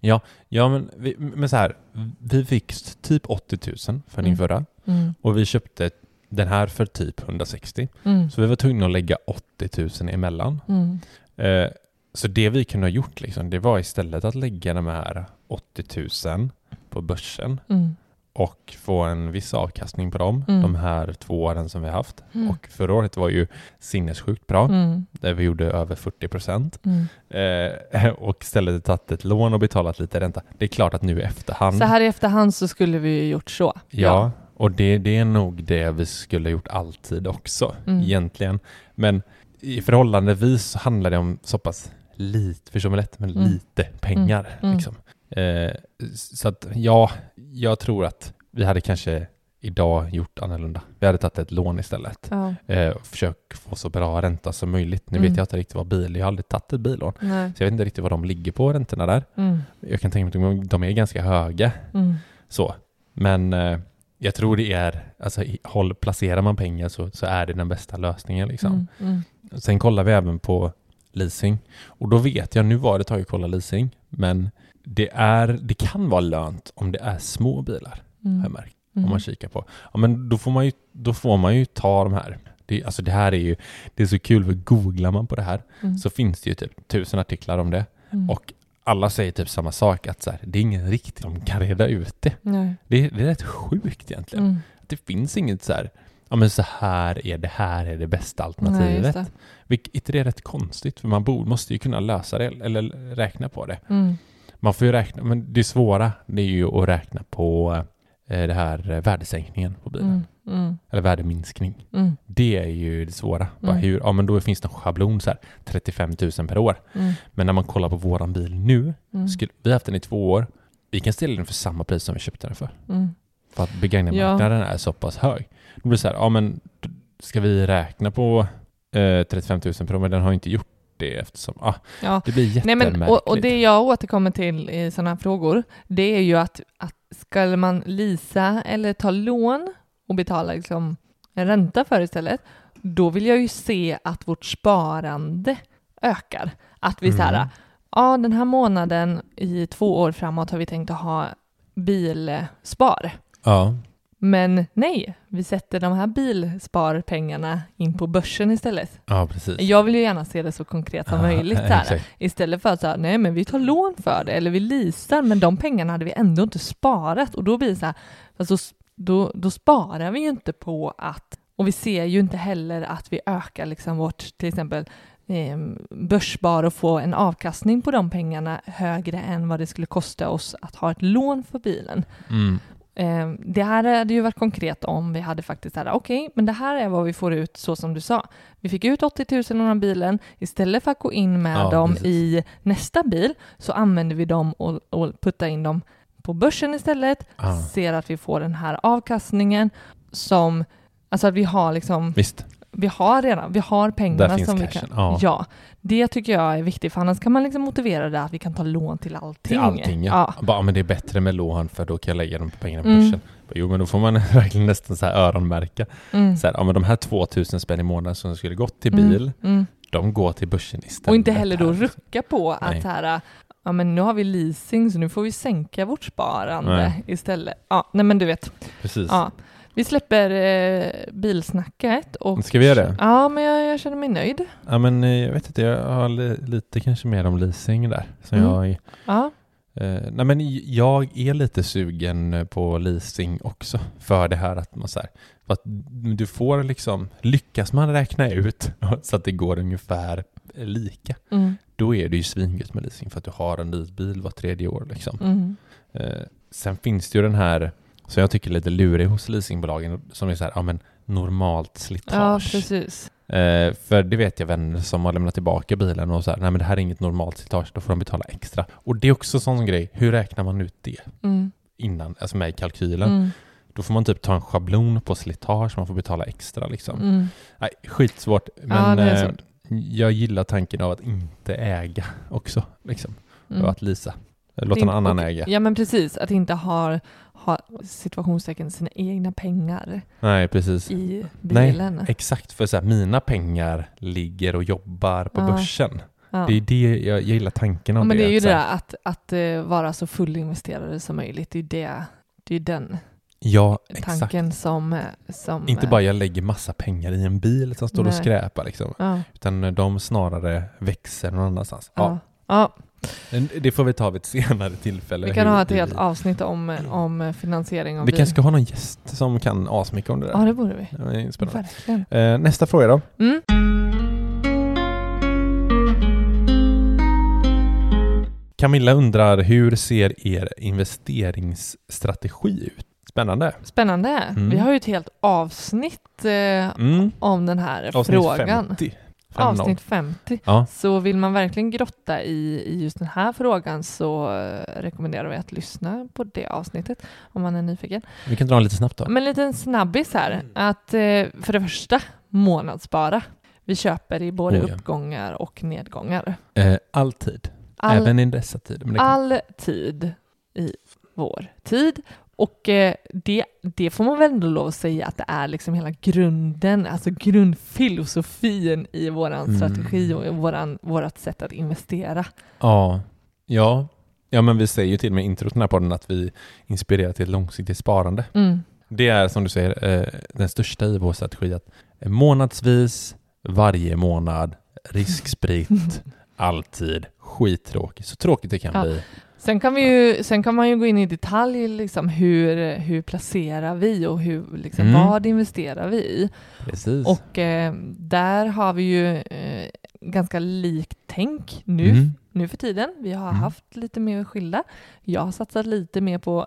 Speaker 1: Ja, ja men, vi, men så här. Vi fick typ 80 000 för din
Speaker 2: Mm.
Speaker 1: förra
Speaker 2: Mm,
Speaker 1: och vi köpte den här för typ 160.
Speaker 2: mm,
Speaker 1: Så vi var tvungna att lägga 80 000 emellan.
Speaker 2: mm,
Speaker 1: Eh, Så det vi kunde ha gjort liksom, det var istället att lägga de här 80 000 på börsen
Speaker 2: mm.
Speaker 1: och få en viss avkastning på dem
Speaker 2: Mm.
Speaker 1: de här två åren som vi har haft.
Speaker 2: Mm.
Speaker 1: Och förra året var ju sinnessjukt bra,
Speaker 2: Mm,
Speaker 1: där vi gjorde över 40 procent.
Speaker 2: mm.
Speaker 1: Och istället tagit ett lån och betalat lite ränta. Det är klart att nu i efterhand,
Speaker 2: Så här i efterhand så skulle vi ju gjort så.
Speaker 1: Mm. ja, och det, det är nog det vi skulle ha gjort alltid också
Speaker 2: Mm.
Speaker 1: egentligen. Men i förhållandevis så handlar det om så pass lite, förstår mig lätt, men
Speaker 2: Mm.
Speaker 1: lite pengar.
Speaker 2: Mm.
Speaker 1: Liksom. Eh, så att ja, jag tror att vi hade kanske idag gjort annorlunda. Vi hade tagit ett lån istället
Speaker 2: Mm. Ja,
Speaker 1: eh, och försökt få så bra ränta som möjligt. Nu
Speaker 2: Mm.
Speaker 1: vet jag inte riktigt vad bil, jag har aldrig tagit ett billån.
Speaker 2: nej.
Speaker 1: Så jag vet inte riktigt vad de ligger på räntorna där.
Speaker 2: Mm,
Speaker 1: Jag kan tänka mig att de- de är ganska höga.
Speaker 2: mm,
Speaker 1: Så. Men eh, jag tror det är, alltså i- håll, placerar man pengar så, så är det den bästa lösningen. Liksom.
Speaker 2: mm, mm,
Speaker 1: Sen kollar vi även på leasing. Och då vet jag, nu var det ett tag att kolla leasing, men det, är, det kan vara lönt om det är små bilar, har jag
Speaker 2: mm,
Speaker 1: märkt,
Speaker 2: mm.
Speaker 1: om man kikar på. Ja, men då får man ju, då får man ju ta de här. Det, alltså det här är ju, det är så kul, för googlar man på det här
Speaker 2: Mm,
Speaker 1: så finns det ju typ tusen artiklar om det.
Speaker 2: mm.
Speaker 1: Och alla säger typ samma sak, att så här, det är ingen riktigt som kan reda ut det.
Speaker 2: Nej.
Speaker 1: Det är, det är rätt sjukt egentligen.
Speaker 2: Mm,
Speaker 1: Det finns inget så här, ja men så här är det, här är det bästa
Speaker 2: Nej,
Speaker 1: alternativet.
Speaker 2: just det.
Speaker 1: Vilket inte det är rätt konstigt, för man borde, måste ju kunna lösa det eller räkna på det.
Speaker 2: Mm.
Speaker 1: Man får ju räkna, men det svåra det är ju att räkna på eh, det här eh, värdesänkningen på bilen,
Speaker 2: Mm. Mm.
Speaker 1: eller värdeminskning.
Speaker 2: Mm.
Speaker 1: Det är ju det svåra. Bara
Speaker 2: Mm.
Speaker 1: hur, ja men då finns det en schablon så här, 35 000 per år.
Speaker 2: Mm.
Speaker 1: Men när man kollar på våran bil nu,
Speaker 2: Mm.
Speaker 1: skulle, vi har haft den i två år, vi kan ställa den för samma pris som vi köpte den för.
Speaker 2: Mm.
Speaker 1: För att begagnatmarknaden är så pass hög. Då blir det så här, ja men d- ska vi räkna på eh, 35 000 per år? Men den har ju inte gjort det eftersom, ah,
Speaker 2: Ja.
Speaker 1: det blir
Speaker 2: Nej,
Speaker 1: jättemärkligt.
Speaker 2: men, och, och det jag återkommer till i sådana här frågor, det är ju att, att ska man lisa eller ta lån och betala liksom en ränta för istället, då vill jag ju se att vårt sparande ökar. Att vi så här,
Speaker 1: Mm.
Speaker 2: ja den här månaden i två år framåt har vi tänkt att ha bilspar.
Speaker 1: Ja,
Speaker 2: Men nej, vi sätter de här bilsparpengarna in på börsen istället.
Speaker 1: ja precis.
Speaker 2: Jag vill ju gärna se det så konkret som
Speaker 1: Ja,
Speaker 2: möjligt. Så här.
Speaker 1: exakt.
Speaker 2: Istället för att säga nej men vi tar lån för det eller vi leasar men de pengarna hade vi ändå inte sparat och då blir det så här, fast då, då, då sparar vi ju inte på att och vi ser ju inte heller att vi ökar liksom vårt till exempel eh, börsspar och få en avkastning på de pengarna högre än vad det skulle kosta oss att ha ett lån för bilen.
Speaker 1: Mm.
Speaker 2: Eh, Det här hade ju varit konkret om vi hade faktiskt så här, okej, men det här är vad vi får ut så som du sa. Vi fick ut 80 000 av den här bilen, istället för att gå in med
Speaker 1: Ja,
Speaker 2: dem
Speaker 1: precis.
Speaker 2: i nästa bil så använder vi dem och, och puttar in dem på börsen istället,
Speaker 1: Ja.
Speaker 2: ser att vi får den här avkastningen som, alltså att vi har liksom,
Speaker 1: Visst,
Speaker 2: vi har redan, vi har
Speaker 1: Där
Speaker 2: pengarna
Speaker 1: finns
Speaker 2: som vi
Speaker 1: cashen,
Speaker 2: kan.
Speaker 1: ja.
Speaker 2: det tycker jag är viktigt för annars kan man liksom motivera det att vi kan ta lån till allting.
Speaker 1: till allting ja.
Speaker 2: Ja.
Speaker 1: Bara, ja, men det är bättre med lån för då kan jag lägga dem på pengarna på
Speaker 2: Mm.
Speaker 1: börsen. Bara, Jo, men då får man verkligen nästan så här öronmärka.
Speaker 2: Mm.
Speaker 1: Så här, ja, men de här 2000 spänn i månaden som skulle gått till
Speaker 2: Mm,
Speaker 1: bil,
Speaker 2: Mm.
Speaker 1: de går till börsen istället.
Speaker 2: Och inte heller då
Speaker 1: här.
Speaker 2: rucka på
Speaker 1: Nej.
Speaker 2: att så här, ja men nu har vi leasing så nu får vi sänka vårt sparande
Speaker 1: Nej.
Speaker 2: istället. Ja, nej men du vet.
Speaker 1: Precis.
Speaker 2: Ja. Vi släpper eh, bilsnacket och...
Speaker 1: Ska vi göra det?
Speaker 2: Ja, men jag, jag känner mig nöjd.
Speaker 1: Ja, men eh, jag vet inte, jag har li- lite kanske mer om leasing där. Som
Speaker 2: Mm.
Speaker 1: jag,
Speaker 2: Ja,
Speaker 1: eh, nej, men j- jag är lite sugen eh, på leasing också för det här att man så här, för att du får liksom, lyckas man räkna ut så att det går ungefär lika,
Speaker 2: mm,
Speaker 1: då är det ju svingött med leasing för att du har en ny bil var tredje år liksom.
Speaker 2: mm,
Speaker 1: Eh, sen finns det ju den här som jag tycker är lite lurig hos leasingbolagen som är så här, ja men normalt
Speaker 2: ja
Speaker 1: slitage.
Speaker 2: precis.
Speaker 1: Eh, för det vet jag vänner som har lämnat tillbaka bilen och så här, nej men det här är inget normalt slitage, då får de betala extra. Och det är också en sån grej, hur räknar man ut det
Speaker 2: Mm,
Speaker 1: innan, alltså med i kalkylen?
Speaker 2: mm,
Speaker 1: Då får man typ ta en schablon på slitage, man får betala extra liksom.
Speaker 2: mm,
Speaker 1: Nej, skitsvårt,
Speaker 2: Ja,
Speaker 1: men
Speaker 2: det är
Speaker 1: eh, jag gillar tanken av att inte äga också, liksom.
Speaker 2: mm.
Speaker 1: Och att leasa. Låta
Speaker 2: Din-
Speaker 1: någon annan
Speaker 2: och-
Speaker 1: äga.
Speaker 2: Ja men precis, att inte ha, ha situationstecken sina egna pengar
Speaker 1: Nej, precis.
Speaker 2: i
Speaker 1: Nej,
Speaker 2: bilen.
Speaker 1: Exakt, för så här, mina pengar ligger och jobbar på
Speaker 2: Ja.
Speaker 1: börsen.
Speaker 2: ja.
Speaker 1: Det är det jag, jag gillar tanken
Speaker 2: Ja,
Speaker 1: om
Speaker 2: men det är ju
Speaker 1: att så
Speaker 2: det
Speaker 1: här,
Speaker 2: där att, att eh, vara så fullinvesterade som möjligt. Det är ju det, det är ju den
Speaker 1: Ja, exakt.
Speaker 2: tanken som, eh, som...
Speaker 1: Inte
Speaker 2: eh,
Speaker 1: bara jag lägger massa pengar i en bil som står och
Speaker 2: Nej.
Speaker 1: skräpar liksom.
Speaker 2: Ja,
Speaker 1: Utan de snarare växer någon annanstans. Ja.
Speaker 2: ja. ja,
Speaker 1: men Det får vi ta vid ett senare tillfälle.
Speaker 2: vi kan
Speaker 1: hur
Speaker 2: ha ett
Speaker 1: det
Speaker 2: helt
Speaker 1: blir.
Speaker 2: avsnitt om, eh, om finansiering av
Speaker 1: Vi
Speaker 2: bil.
Speaker 1: kanske ska ha någon gäst som kan asmycket om det där.
Speaker 2: Ja, det borde vi.
Speaker 1: Det är spännande.
Speaker 2: Verkligen.
Speaker 1: Eh, nästa fråga då.
Speaker 2: Mm.
Speaker 1: Camilla undrar hur ser er investeringsstrategi ut? Spännande.
Speaker 2: Spännande.
Speaker 1: Mm.
Speaker 2: Vi har ju ett helt avsnitt eh,
Speaker 1: Mm.
Speaker 2: om den här
Speaker 1: Avsnitt
Speaker 2: frågan.
Speaker 1: 50. 5-0.
Speaker 2: Avsnitt 50.
Speaker 1: Ja.
Speaker 2: Så vill man verkligen grotta i, i just den här frågan så eh, rekommenderar vi att lyssna på det avsnittet om man är nyfiken.
Speaker 1: Vi kan dra den lite snabbt då.
Speaker 2: Men en liten snabbis här.
Speaker 1: Mm.
Speaker 2: Att eh, för det första, månadsspara. Vi köper i både
Speaker 1: Oh, ja.
Speaker 2: uppgångar och nedgångar.
Speaker 1: Eh, alltid.
Speaker 2: All,
Speaker 1: Även i dessa tider. Men det kan...
Speaker 2: all tid i vår tid. Och eh, det, det får man väl ändå lov att säga att det är liksom hela grunden, alltså grundfilosofin i våran
Speaker 1: Mm.
Speaker 2: strategi och i våran, vårat sätt att investera.
Speaker 1: Ja. ja. Ja, men vi säger ju till och med i introt till den här podden att vi inspirerar till ett långsiktigt sparande.
Speaker 2: Mm.
Speaker 1: Det är som du säger eh, den största i vår strategi att månadsvis, varje månad, riskspritt, alltid, skittråkigt. Så tråkigt det kan
Speaker 2: Ja.
Speaker 1: bli.
Speaker 2: Sen kan, vi ju, sen kan man ju gå in i detalj, liksom, hur, hur placerar vi och hur, liksom,
Speaker 1: Mm.
Speaker 2: vad investerar vi i?
Speaker 1: Precis.
Speaker 2: Och eh, där har vi ju eh, ganska likt tänk nu,
Speaker 1: Mm.
Speaker 2: nu för tiden. Vi har
Speaker 1: Mm.
Speaker 2: haft lite mer skilda. Jag har satsat lite mer på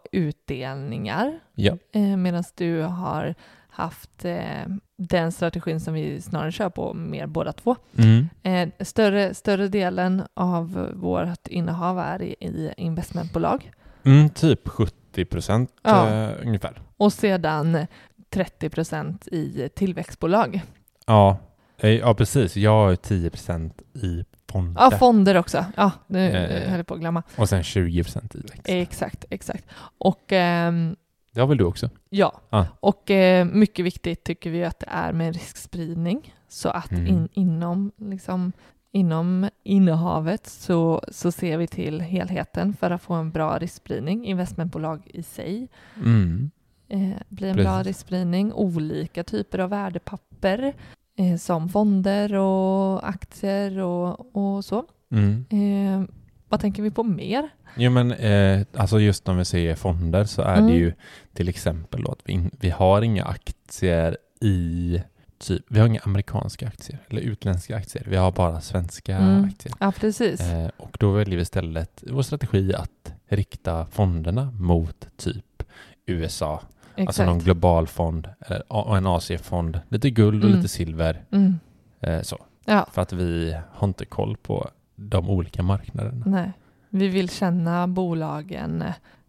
Speaker 2: utdelningar
Speaker 1: Ja.
Speaker 2: eh, medan du har haft eh, den strategin som vi snarare kör på mer båda två.
Speaker 1: Mm.
Speaker 2: Eh, större, större delen av vårt innehav är i, i investmentbolag
Speaker 1: Mm, typ 70 procent
Speaker 2: Ja.
Speaker 1: eh, ungefär.
Speaker 2: och sedan 30 procent i tillväxtbolag.
Speaker 1: Ja. Eh, ja, precis. Jag har ju 10 procent i fonder
Speaker 2: Ja, fonder också. Ja, nu
Speaker 1: Eh.
Speaker 2: eh. höll jag på att glömma.
Speaker 1: och sen 20 procent i växt.
Speaker 2: Eh, Exakt, exakt. Och ehm,
Speaker 1: Det har väl du också?
Speaker 2: ja,
Speaker 1: Ah.
Speaker 2: och eh, mycket viktigt tycker vi att det är med riskspridning så att
Speaker 1: Mm.
Speaker 2: in, inom, liksom, inom innehavet så, så ser vi till helheten för att få en bra riskspridning. Investmentbolag i sig
Speaker 1: Mm.
Speaker 2: eh, blir en
Speaker 1: Precis.
Speaker 2: bra riskspridning. Olika typer av värdepapper eh, som fonder och aktier och, och så.
Speaker 1: Mm.
Speaker 2: Eh, vad tänker vi på mer?
Speaker 1: Jo, men eh, alltså just när vi säger fonder så är det
Speaker 2: Mm.
Speaker 1: ju till exempel då att vi, in, vi har inga aktier i typ, vi har inga amerikanska aktier eller utländska aktier. Vi har bara svenska
Speaker 2: Mm.
Speaker 1: aktier.
Speaker 2: Ja, precis.
Speaker 1: Eh, och då väljer vi istället i vår strategi att rikta fonderna mot typ USA. Alltså någon global fond eller a- och en AC-fond. Lite guld och
Speaker 2: Mm.
Speaker 1: lite silver.
Speaker 2: mm.
Speaker 1: Eh, så.
Speaker 2: Ja.
Speaker 1: För att vi har inte koll på de olika marknaderna.
Speaker 2: Nej, vi vill känna bolagen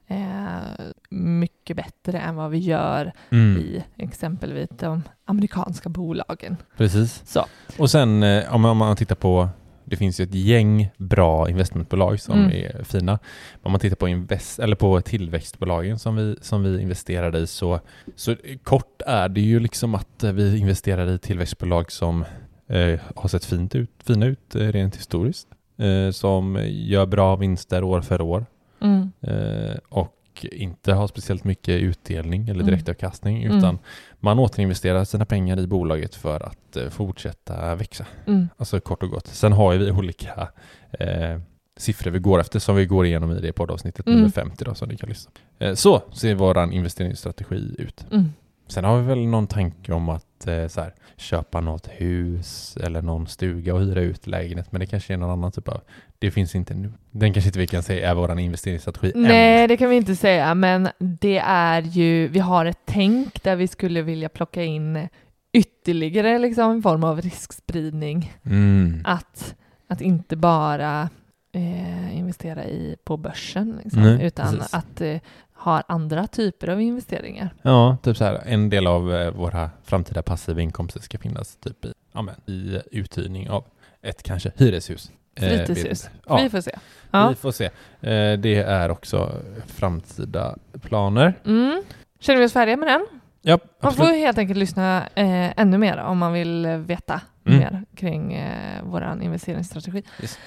Speaker 2: eh, mycket bättre än vad vi gör
Speaker 1: Mm.
Speaker 2: i exempelvis de amerikanska bolagen.
Speaker 1: Precis.
Speaker 2: Så.
Speaker 1: Och sen eh, om man, om man tittar på, det finns ju ett gäng bra investmentbolag som
Speaker 2: Mm.
Speaker 1: är fina. Om man tittar på, invest, eller på tillväxtbolagen som vi, som vi investerade i så, så kort är det ju liksom att eh, vi investerar i tillväxtbolag som eh, har sett fint ut, fina ut eh, rent historiskt. Eh, som gör bra vinster år för år
Speaker 2: Mm,
Speaker 1: eh, och inte har speciellt mycket utdelning eller
Speaker 2: Mm.
Speaker 1: direktavkastning
Speaker 2: Mm.
Speaker 1: utan man återinvesterar sina pengar i bolaget för att eh, fortsätta växa.
Speaker 2: mm,
Speaker 1: Alltså kort och gott. Sen har ju vi olika eh, siffror vi går efter som vi går igenom i det poddavsnittet
Speaker 2: Mm.
Speaker 1: nummer 50 då, som ni kan lyssna på. Eh, så ser vår investeringsstrategi ut.
Speaker 2: mm,
Speaker 1: Sen har vi väl någon tanke om att eh, så här, köpa något hus eller någon stuga och hyra ut lägenhet men det kanske är någon annan typ av... Det finns inte nu. Den kanske inte vi kan säga är vår investeringsstrategi än.
Speaker 2: Nej, det kan vi inte säga, men det är ju, vi har ett tänk där vi skulle vilja plocka in ytterligare liksom, en form av riskspridning.
Speaker 1: Mm.
Speaker 2: Att, att inte bara eh, investera i, på börsen, liksom,
Speaker 1: Nej,
Speaker 2: utan
Speaker 1: precis.
Speaker 2: att eh, ha andra typer av investeringar.
Speaker 1: Ja, typ så här, en del av eh, våra framtida passiva inkomster ska finnas typ i, ja, men, i uthyrning av ett kanske hyreshus. Eh, vet
Speaker 2: Fritidshus.
Speaker 1: inte. ja,
Speaker 2: Vi får se. Ja.
Speaker 1: vi får se. Eh, det är också framtida planer.
Speaker 2: Mm. Känner vi oss färdiga med den?
Speaker 1: Ja,
Speaker 2: Man får
Speaker 1: absolut.
Speaker 2: ju helt enkelt lyssna eh, ännu mer om man vill eh, veta
Speaker 1: Mm.
Speaker 2: mer kring eh, vår investeringsstrategi.
Speaker 1: Yes.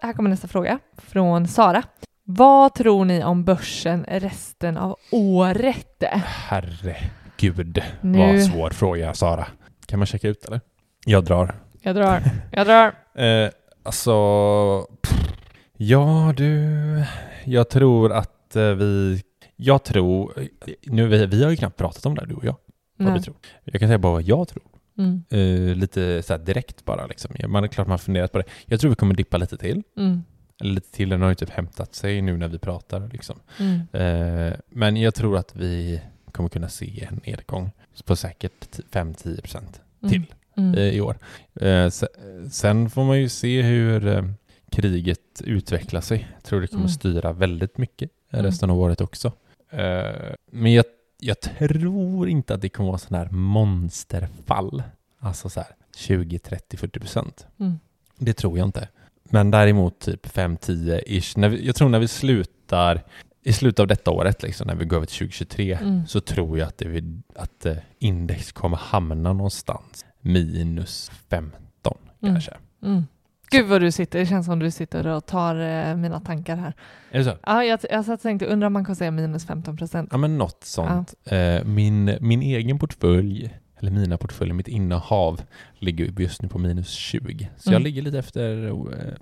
Speaker 2: Här kommer nästa fråga från Sara. Vad tror ni om börsen resten av året?
Speaker 1: Herregud, vad
Speaker 2: Nu,
Speaker 1: svår fråga, Sara. Kan man checka ut eller? Jag drar.
Speaker 2: jag drar, jag drar.
Speaker 1: Eh, alltså, pff, ja du, jag tror att eh, vi, jag tror, eh, nu, vi, vi har ju knappt pratat om det här, du och jag. vad
Speaker 2: Nej.
Speaker 1: du tror. Jag kan säga bara vad jag tror.
Speaker 2: Mm,
Speaker 1: Eh, lite så här direkt bara. Liksom. Man är klart man har funderat på det. Jag tror vi kommer dippa lite till.
Speaker 2: mm,
Speaker 1: Eller lite till, den har ju typ hämtat sig nu när vi pratar. Liksom.
Speaker 2: mm,
Speaker 1: Eh, men jag tror att vi kommer kunna se en nedgång på säkert t- 5-10 procent
Speaker 2: mm,
Speaker 1: Till.
Speaker 2: Mm,
Speaker 1: eh, i år. Eh, se- sen får man ju se hur eh, kriget utvecklar sig. Jag tror det kommer
Speaker 2: Mm.
Speaker 1: styra väldigt mycket
Speaker 2: Mm.
Speaker 1: resten av året också. Eh, men jag, jag tror inte att det kommer vara sådana här monsterfall. Alltså så här 20, 30, 40 procent.
Speaker 2: mm,
Speaker 1: Det tror jag inte. Men däremot typ 5-10-ish. När vi- Jag tror när vi slutar i slutet av detta året, liksom, när vi går över till 2023,
Speaker 2: mm.
Speaker 1: så tror jag att, det vill, att eh, index kommer hamna någonstans minus 15
Speaker 2: Mm.
Speaker 1: kanske.
Speaker 2: Mm. Gud vad du sitter, det känns som du sitter och tar eh, mina tankar här.
Speaker 1: Är det så?
Speaker 2: Ja, jag, jag satt och tänkte, undrar om man kan säga minus 15 procent.
Speaker 1: Ja men något sånt. Eh, min, min egen portfölj eller mina portföljer, mitt innehav ligger ju just nu på minus 20. Så jag
Speaker 2: Mm.
Speaker 1: ligger lite efter eh,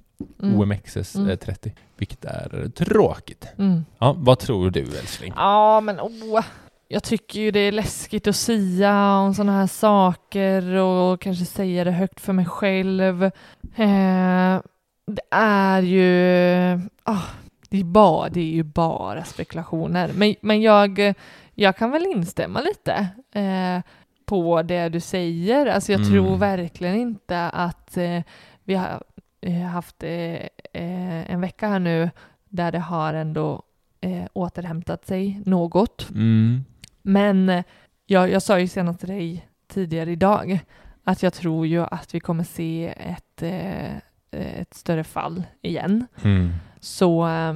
Speaker 2: Mm.
Speaker 1: OMXS
Speaker 2: Mm.
Speaker 1: eh, 30, vilket är tråkigt.
Speaker 2: Mm.
Speaker 1: Ja, vad tror du älskling?
Speaker 2: Ja, men åh. Jag tycker ju det är läskigt att sia om sådana här saker och kanske säga det högt för mig själv. Eh, det är ju... ah, det, är bara, det är ju bara spekulationer. Men, men jag, jag kan väl instämma lite eh, på det du säger. Alltså jag
Speaker 1: Mm.
Speaker 2: tror verkligen inte att eh, vi har eh, haft eh, eh, en vecka här nu där det har ändå eh, återhämtat sig något.
Speaker 1: Mm.
Speaker 2: Men eh, jag, jag sa ju senast till dig tidigare idag att jag tror ju att vi kommer se ett, eh, eh, ett större fall igen.
Speaker 1: Mm.
Speaker 2: Så eh,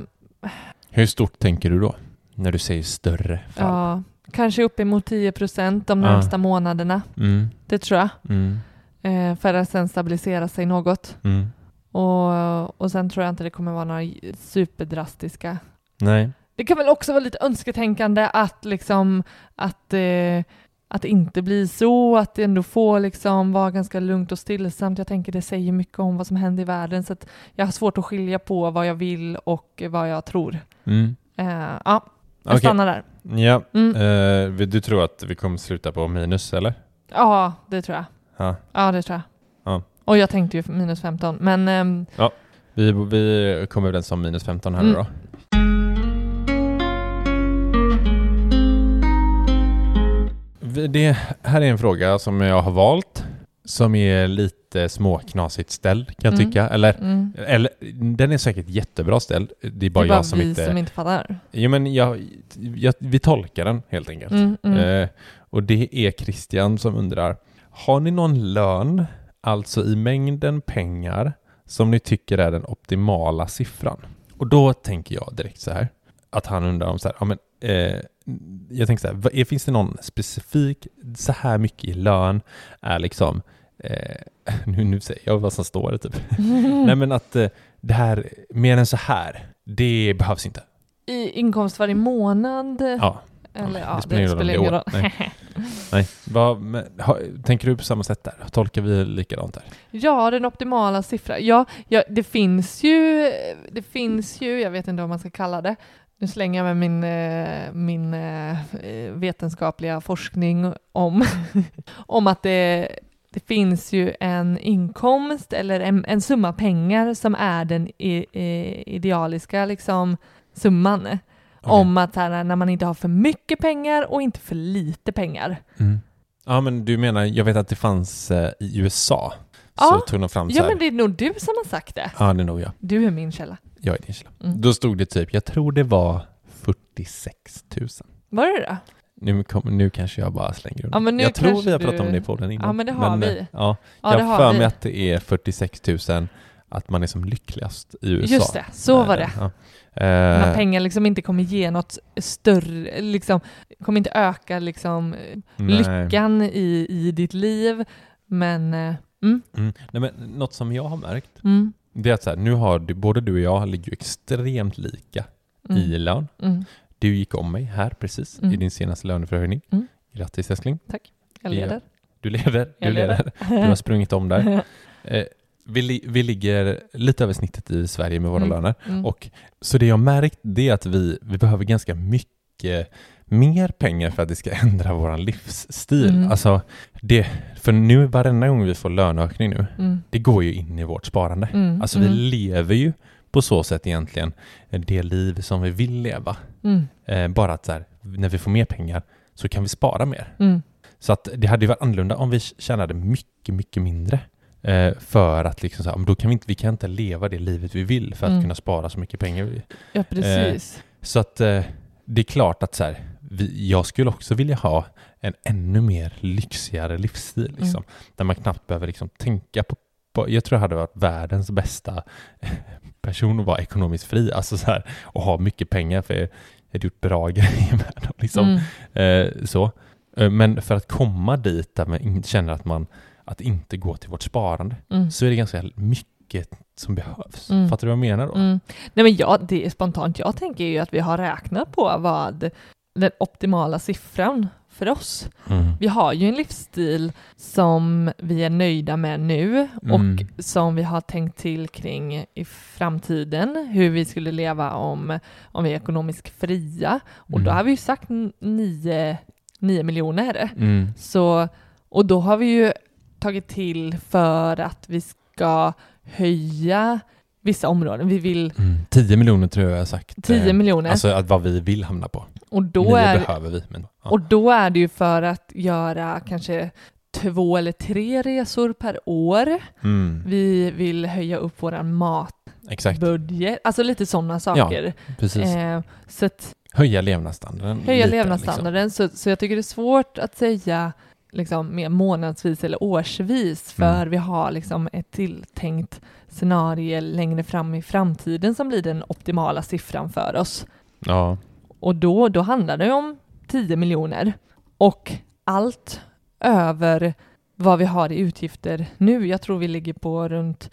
Speaker 1: Hur stort tänker du då? När du säger större fall?
Speaker 2: ja, kanske uppemot 10 procent de
Speaker 1: Ja.
Speaker 2: närmsta månaderna.
Speaker 1: Mm.
Speaker 2: Det tror jag.
Speaker 1: Mm.
Speaker 2: Eh, för att sen stabilisera sig något.
Speaker 1: Mm.
Speaker 2: Och, och sen tror jag inte det kommer vara några superdrastiska
Speaker 1: Nej.
Speaker 2: Det kan väl också vara lite önsketänkande att liksom att, eh, att det inte bli så, att det ändå får liksom vara ganska lugnt och stillsamt. Jag tänker det säger mycket om vad som händer i världen så att jag har svårt att skilja på vad jag vill och vad jag tror.
Speaker 1: Mm.
Speaker 2: Eh, ja, jag
Speaker 1: Okej.
Speaker 2: stannar där.
Speaker 1: Ja.
Speaker 2: Mm.
Speaker 1: Eh, vill- du tror att vi kommer sluta på minus eller?
Speaker 2: Ja, det tror jag.
Speaker 1: Ja.
Speaker 2: Ja, det tror jag.
Speaker 1: Ja.
Speaker 2: Och jag tänkte ju minus 15, men ehm,
Speaker 1: Vi, vi kommer överens om minus 15 här nu
Speaker 2: Mm.
Speaker 1: då. Vi- Det här är en fråga som jag har valt som är lite småknasigt ställd kan jag
Speaker 2: Mm.
Speaker 1: tycka. Eller,
Speaker 2: mm,
Speaker 1: eller den är säkert jättebra ställd. Det är
Speaker 2: det
Speaker 1: bara,
Speaker 2: är bara
Speaker 1: jag som
Speaker 2: vi
Speaker 1: inte...
Speaker 2: som inte fattar.
Speaker 1: Jo, men jag, jag, vi tolkar den helt enkelt.
Speaker 2: Mm, mm.
Speaker 1: Eh, och det är Christian som undrar. Har ni någon lön, alltså i mängden pengar, som ni tycker är den optimala siffran? Och då tänker jag direkt så här, att han undrar om så här, ja, men, eh, jag tänker så här, vad är, finns det någon specifik, så här mycket i lön är liksom, eh, nu, nu säger jag vad som står det typ.
Speaker 2: Mm.
Speaker 1: Nej men att eh, det här, mer än så här, det behövs inte.
Speaker 2: Eh, I inkomst varje månad?
Speaker 1: Ja.
Speaker 2: eller, ja
Speaker 1: det spelar
Speaker 2: det
Speaker 1: ingen roll om
Speaker 2: spelar
Speaker 1: det är
Speaker 2: ingen
Speaker 1: år.
Speaker 2: roll.
Speaker 1: Nej. Nej. Vad, men, ha, tänker du på samma sätt där? Tolkar vi likadant där?
Speaker 2: Ja, den optimala siffran. Ja, ja det, finns ju, det finns ju, jag vet inte vad man ska kalla det, nu slänger jag med min, eh, min eh, eh, vetenskapliga forskning om, om att det, det finns ju en inkomst eller en, en summa pengar som är den i, i, idealiska liksom, summan. Om att så här, när man inte har för mycket pengar och inte för lite pengar.
Speaker 1: Mm. Ja, men du menar, jag vet att det fanns eh, i USA.
Speaker 2: Ja.
Speaker 1: Så tog de fram så
Speaker 2: Ja,
Speaker 1: här.
Speaker 2: men det är nog du som har sagt det.
Speaker 1: Ja, det är nog jag.
Speaker 2: Du är min källa.
Speaker 1: Jag är din källa.
Speaker 2: Mm.
Speaker 1: Då stod det typ, jag tror det var 46 000.
Speaker 2: Var det det?
Speaker 1: Nu, kom, nu kanske jag bara slänger undan.
Speaker 2: Ja, men nu
Speaker 1: jag tror
Speaker 2: kanske
Speaker 1: vi har pratat
Speaker 2: du-
Speaker 1: om det i podden innan.
Speaker 2: Ja, men det har vi.
Speaker 1: eh, Ja,
Speaker 2: Ja,
Speaker 1: jag
Speaker 2: det
Speaker 1: har
Speaker 2: har
Speaker 1: för
Speaker 2: vi.
Speaker 1: mig att det är 46 000 att man är som lyckligast i USA.
Speaker 2: Just det, så var det.
Speaker 1: Ja.
Speaker 2: När
Speaker 1: Eh,
Speaker 2: pengar liksom inte kommer ge något större, liksom, kommer inte öka liksom, eh,
Speaker 1: nej.
Speaker 2: lyckan i, i ditt liv. Men, eh, mm,
Speaker 1: Mm. Nej, men något som jag har märkt,
Speaker 2: mm,
Speaker 1: det är att så här, nu har du, både du och jag ligger ju extremt lika
Speaker 2: mm,
Speaker 1: i lön.
Speaker 2: mm.
Speaker 1: Du gick om mig här precis
Speaker 2: Mm.
Speaker 1: i din senaste löneförhöjning.
Speaker 2: Mm.
Speaker 1: Grattis älskling.
Speaker 2: Jag
Speaker 1: Ja.
Speaker 2: leder.
Speaker 1: Du lever, du
Speaker 2: Jag lever.
Speaker 1: lever. Du har sprungit om där. Eh, vi, li- vi ligger lite över snittet i Sverige med våra
Speaker 2: Mm.
Speaker 1: löner.
Speaker 2: Mm.
Speaker 1: Och, så det jag har märkt det är att vi, vi behöver ganska mycket mer pengar för att det ska ändra vår livsstil.
Speaker 2: Mm.
Speaker 1: Alltså, det, för nu varenda gång vi får löneökning nu,
Speaker 2: Mm,
Speaker 1: det går ju in i vårt sparande.
Speaker 2: mm,
Speaker 1: Alltså vi
Speaker 2: mm,
Speaker 1: lever ju på så sätt egentligen det liv som vi vill leva.
Speaker 2: mm,
Speaker 1: Eh, bara att så här, när vi får mer pengar så kan vi spara mer.
Speaker 2: mm,
Speaker 1: Så att det hade ju varit annorlunda om vi tjänade mycket, mycket mindre. Eh, för att liksom så här, men då kan vi, inte, vi kan inte leva det livet vi vill för att
Speaker 2: Mm.
Speaker 1: kunna spara så mycket pengar. vi-
Speaker 2: Ja, precis.
Speaker 1: Så att eh, det är klart att så här, vi, jag skulle också vilja ha en ännu mer lyxigare livsstil.
Speaker 2: Mm.
Speaker 1: Liksom, Där man knappt behöver liksom, tänka på, på... Jag tror jag hade varit världens bästa eh, person att vara ekonomiskt fri. Alltså så här, och ha mycket pengar för jag jag hade gjort bra grejer med dem. Liksom.
Speaker 2: Mm,
Speaker 1: Eh, så. Eh, Men för att komma dit där man in- känner att man att inte gå till vårt sparande
Speaker 2: mm,
Speaker 1: så är det ganska mycket som behövs.
Speaker 2: Mm.
Speaker 1: Fattar du vad jag menar då?
Speaker 2: mm. Nej men jag, det är spontant, jag tänker ju att vi har räknat på vad den optimala siffran för oss.
Speaker 1: Mm.
Speaker 2: Vi har ju en livsstil som vi är nöjda med nu
Speaker 1: Mm.
Speaker 2: och som vi har tänkt till kring i framtiden, hur vi skulle leva om, om vi är ekonomiskt fria. Och då
Speaker 1: Mm.
Speaker 2: har vi ju sagt 9 miljoner.
Speaker 1: Mm.
Speaker 2: Så, och då har vi ju tagit till för att vi ska höja vissa områden. Vi vill
Speaker 1: Mm. 10 miljoner tror jag jag har sagt.
Speaker 2: 10
Speaker 1: Eh,
Speaker 2: miljoner
Speaker 1: Alltså att vad vi vill hamna på.
Speaker 2: och, då
Speaker 1: Nio
Speaker 2: är,
Speaker 1: behöver vi. Men, ja.
Speaker 2: och då är det ju för att göra kanske två eller tre resor per år.
Speaker 1: mm.
Speaker 2: Vi vill höja upp vår
Speaker 1: Exakt,
Speaker 2: matbudget, alltså lite sådana saker.
Speaker 1: precis.
Speaker 2: eh, så att
Speaker 1: Höja levnadsstandarden. lite,
Speaker 2: höja
Speaker 1: liksom.
Speaker 2: levnadsstandarden. Så, så jag tycker det är svårt att säga liksom, mer månadsvis eller årsvis för
Speaker 1: Mm.
Speaker 2: vi har liksom, ett tilltänkt scenario längre fram i framtiden som blir den optimala siffran för oss.
Speaker 1: Liksom. Ja.
Speaker 2: Och då, då handlar det om 10 miljoner och allt över vad vi har i utgifter nu. Jag tror vi ligger på runt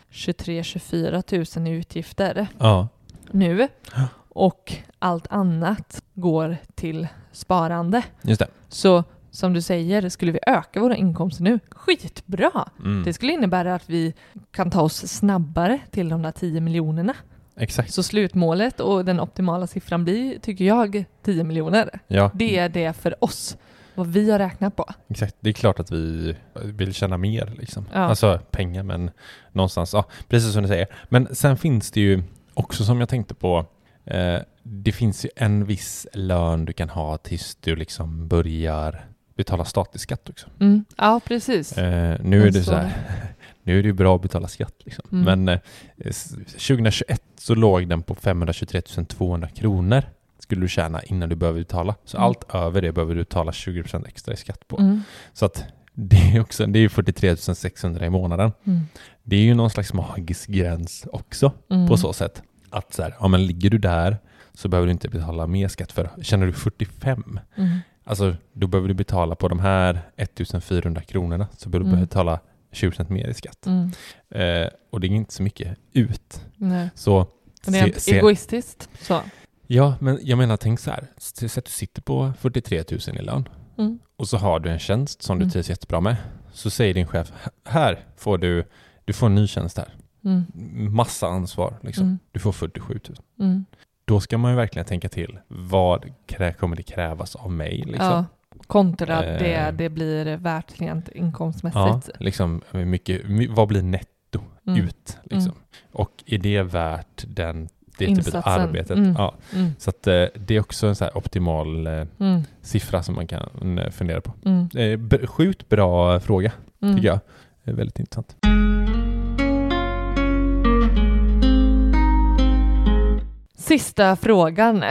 Speaker 2: 23-24 tusen i utgifter
Speaker 1: ja.
Speaker 2: nu
Speaker 1: Ja.
Speaker 2: och allt annat går till sparande.
Speaker 1: Just det.
Speaker 2: Så som du säger, skulle vi öka våra inkomster nu, skitbra!
Speaker 1: Mm.
Speaker 2: Det skulle innebära att vi kan ta oss snabbare till de där 10 miljonerna.
Speaker 1: Exakt.
Speaker 2: Så slutmålet och den optimala siffran blir, tycker jag, 10 miljoner.
Speaker 1: Ja,
Speaker 2: Det är det för oss, vad vi har räknat på.
Speaker 1: exakt. Det är klart att vi vill tjäna mer liksom.
Speaker 2: Ja.
Speaker 1: Alltså pengar men någonstans, ja precis som du säger. Men sen finns det ju också som jag tänkte på, eh, det finns ju en viss lön du kan ha tills du liksom börjar betala statlig skatt också.
Speaker 2: Mm. Ja, precis.
Speaker 1: Eh, nu är
Speaker 2: Men
Speaker 1: det
Speaker 2: så-
Speaker 1: så här, nu är det ju bra att betala skatt liksom.
Speaker 2: Mm.
Speaker 1: Men eh, s- 2021 så låg den på 523 200 kronor skulle du tjäna innan du behöver betala. Så
Speaker 2: Mm.
Speaker 1: allt över det behöver du betala 20% extra i skatt på.
Speaker 2: Mm.
Speaker 1: Så att det är också, det är ju 43 600 i månaden.
Speaker 2: Mm.
Speaker 1: Det är ju någon slags magisk gräns också
Speaker 2: Mm.
Speaker 1: på så sätt. Att så här, ja men ligger du där så behöver du inte betala mer skatt för Känner du 45,
Speaker 2: Mm.
Speaker 1: alltså då behöver du betala på de här 1400 kronorna så behöver du
Speaker 2: Mm.
Speaker 1: betala 20% mer i skatt.
Speaker 2: Mm.
Speaker 1: Eh, och det är inte så mycket ut.
Speaker 2: Nej.
Speaker 1: Så
Speaker 2: Det är
Speaker 1: se- se-
Speaker 2: egoistiskt. Så.
Speaker 1: Ja, men jag menar tänk så här. S- Säg att du sitter på 43 000 i lön
Speaker 2: Mm.
Speaker 1: och så har du en tjänst som du
Speaker 2: Mm.
Speaker 1: trivs jättebra med. Så säger din chef, "H- här får du, du får en ny tjänst här.
Speaker 2: Mm.
Speaker 1: Massa ansvar liksom.
Speaker 2: Mm.
Speaker 1: Du får 47 000.
Speaker 2: Mm.
Speaker 1: Då ska man ju verkligen tänka till. Vad krä- kommer det krävas av mig? Liksom?
Speaker 2: Ja. Kontra
Speaker 1: Eh.
Speaker 2: det, det blir värt rent
Speaker 1: Ja,
Speaker 2: inkomstmässigt.
Speaker 1: liksom, hur mycket, my- vad blir netto
Speaker 2: Mm.
Speaker 1: ut? Liksom. Och är det värt den, det typet av
Speaker 2: Insatsen.
Speaker 1: arbetet?
Speaker 2: Mm.
Speaker 1: Ja,
Speaker 2: Mm.
Speaker 1: så att, eh, det är också en så här optimal eh,
Speaker 2: Mm.
Speaker 1: siffra som man kan eh, fundera på.
Speaker 2: Mm.
Speaker 1: Eh, b- Sjukt bra fråga
Speaker 2: Mm.
Speaker 1: tycker jag. Det är väldigt intressant.
Speaker 2: Sista frågan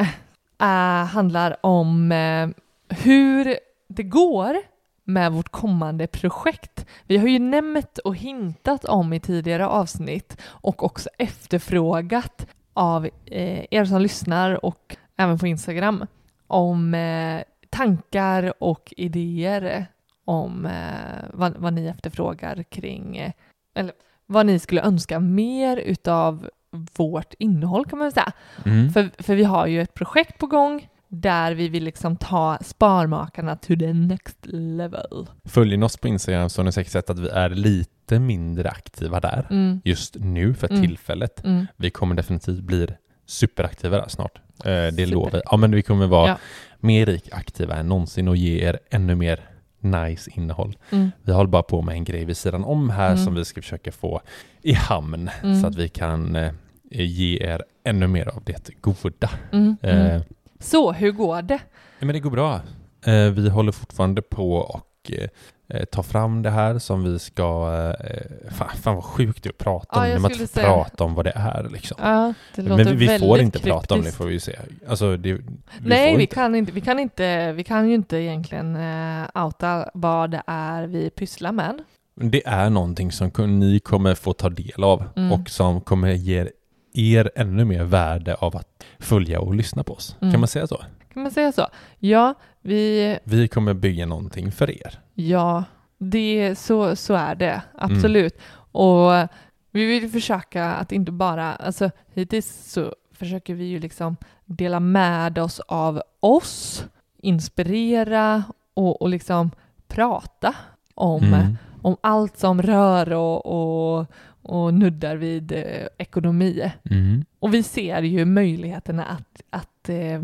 Speaker 2: eh, handlar om eh, hur det går med vårt kommande projekt. Vi har ju nämnt och hintat om i tidigare avsnitt och också efterfrågat av eh, er som lyssnar och även på Instagram om eh, tankar och idéer om eh, vad, vad ni efterfrågar kring eh, eller vad ni skulle önska mer utav vårt innehåll kan man väl säga.
Speaker 1: Mm.
Speaker 2: För, för vi har ju ett projekt på gång där vi vill liksom ta Sparmakarna to the next level.
Speaker 1: Följer ni oss på Instagram så har ni säkert sett att vi är lite mindre aktiva där
Speaker 2: Mm,
Speaker 1: just nu för
Speaker 2: Mm.
Speaker 1: tillfället.
Speaker 2: mm,
Speaker 1: Vi kommer definitivt bli superaktiva där snart. Eh, det
Speaker 2: Super.
Speaker 1: lovar vi. Ja, men vi kommer vara
Speaker 2: Ja.
Speaker 1: mer rik aktiva än någonsin och ge er ännu mer nice innehåll.
Speaker 2: mm,
Speaker 1: Vi håller bara på med en grej vid sidan om här
Speaker 2: Mm.
Speaker 1: som vi ska försöka få i hamn
Speaker 2: Mm.
Speaker 1: så att vi kan eh, ge er ännu mer av det goda.
Speaker 2: mm,
Speaker 1: Eh,
Speaker 2: mm. Så hur går det?
Speaker 1: Ja, men det går bra. Eh, vi håller fortfarande på och eh, eh, ta fram det här som vi ska... Eh, fan, fan vad sjukt det är att prata
Speaker 2: Ja,
Speaker 1: om
Speaker 2: jag
Speaker 1: när man
Speaker 2: skulle
Speaker 1: inte
Speaker 2: säga-
Speaker 1: prata om vad det är. Liksom.
Speaker 2: Ja, det låter
Speaker 1: men vi, vi får
Speaker 2: väldigt
Speaker 1: inte prata om det
Speaker 2: kryptiskt.
Speaker 1: får vi ju se. Alltså, det, vi
Speaker 2: Nej,
Speaker 1: får
Speaker 2: vi
Speaker 1: inte.
Speaker 2: kan, inte, vi, kan inte, vi kan ju inte egentligen eh, outa vad det är vi pysslar med.
Speaker 1: Men Det är någonting som kun- ni kommer få ta del av
Speaker 2: Mm.
Speaker 1: och som kommer ge er ännu mer värde av att följa och lyssna på oss.
Speaker 2: Mm.
Speaker 1: Kan man säga så?
Speaker 2: Kan man säga så? Ja, vi,
Speaker 1: Vi kommer bygga någonting för er.
Speaker 2: Ja, det, så, så är det. Absolut. Och vi vill försöka att inte bara, alltså hittills så försöker vi ju liksom dela med oss av oss, inspirera och, och liksom prata om,
Speaker 1: Mm.
Speaker 2: om allt som rör och, och, och nuddar vid eh, ekonomi.
Speaker 1: Mm.
Speaker 2: Och vi ser ju möjligheterna att, att, eh,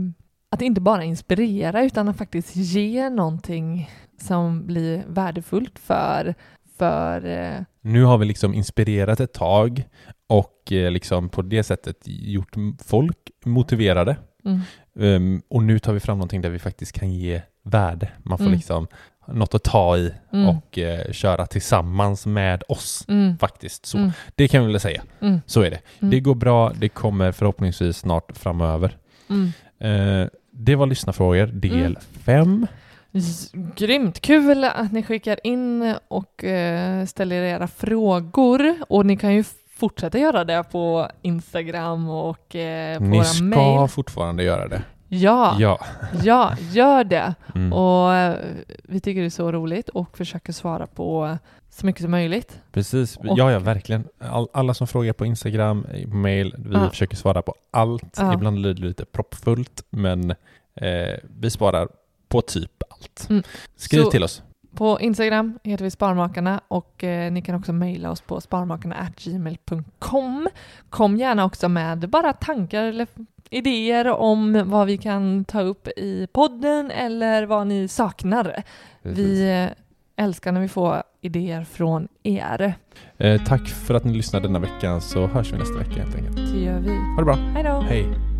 Speaker 2: att inte bara inspirera utan att faktiskt ge någonting som blir värdefullt för, för eh,
Speaker 1: Nu har vi liksom inspirerat ett tag och eh, liksom på det sättet gjort m- folk motiverade.
Speaker 2: mm,
Speaker 1: Ehm, och nu tar vi fram någonting där vi faktiskt kan ge värde. Man får
Speaker 2: Mm.
Speaker 1: liksom något att ta i
Speaker 2: mm,
Speaker 1: och eh, köra tillsammans med oss.
Speaker 2: mm,
Speaker 1: Faktiskt så.
Speaker 2: Mm.
Speaker 1: Det kan vi väl säga.
Speaker 2: Mm.
Speaker 1: Så är det.
Speaker 2: Mm.
Speaker 1: Det går bra. Det kommer förhoppningsvis snart framöver.
Speaker 2: mm.
Speaker 1: Eh, det var lyssnarfrågor del
Speaker 2: Mm.
Speaker 1: 5.
Speaker 2: S- Grymt! Kul att ni skickar in och eh, ställer era frågor. Och ni kan ju fortsätta göra det på Instagram och eh, på
Speaker 1: Ni
Speaker 2: våra
Speaker 1: ska
Speaker 2: mejl.
Speaker 1: fortfarande göra det.
Speaker 2: Ja, ja.
Speaker 1: Ja.
Speaker 2: gör det!
Speaker 1: Mm.
Speaker 2: Och eh, vi tycker det är så roligt och försöker svara på så mycket som möjligt.
Speaker 1: Precis.
Speaker 2: och-
Speaker 1: ja, ja, verkligen. All, alla som frågar på Instagram, i mail, vi
Speaker 2: Ja.
Speaker 1: försöker svara på allt.
Speaker 2: Ja.
Speaker 1: Ibland blir det lite proppfullt, men eh, vi svarar på typ allt.
Speaker 2: Mm.
Speaker 1: Skriv
Speaker 2: Så-
Speaker 1: till oss.
Speaker 2: På Instagram heter vi Sparmakarna och eh, ni kan också mejla oss på sparmakarna.gmail.com. Kom gärna också med bara tankar eller idéer om vad vi kan ta upp i podden eller vad ni saknar. Vi eh, älskar när vi får idéer från er.
Speaker 1: Eh, tack för att ni lyssnade denna veckan, så hörs vi nästa vecka helt enkelt.
Speaker 2: Det gör vi.
Speaker 1: Ha det bra.
Speaker 2: Hej då!
Speaker 1: Hej.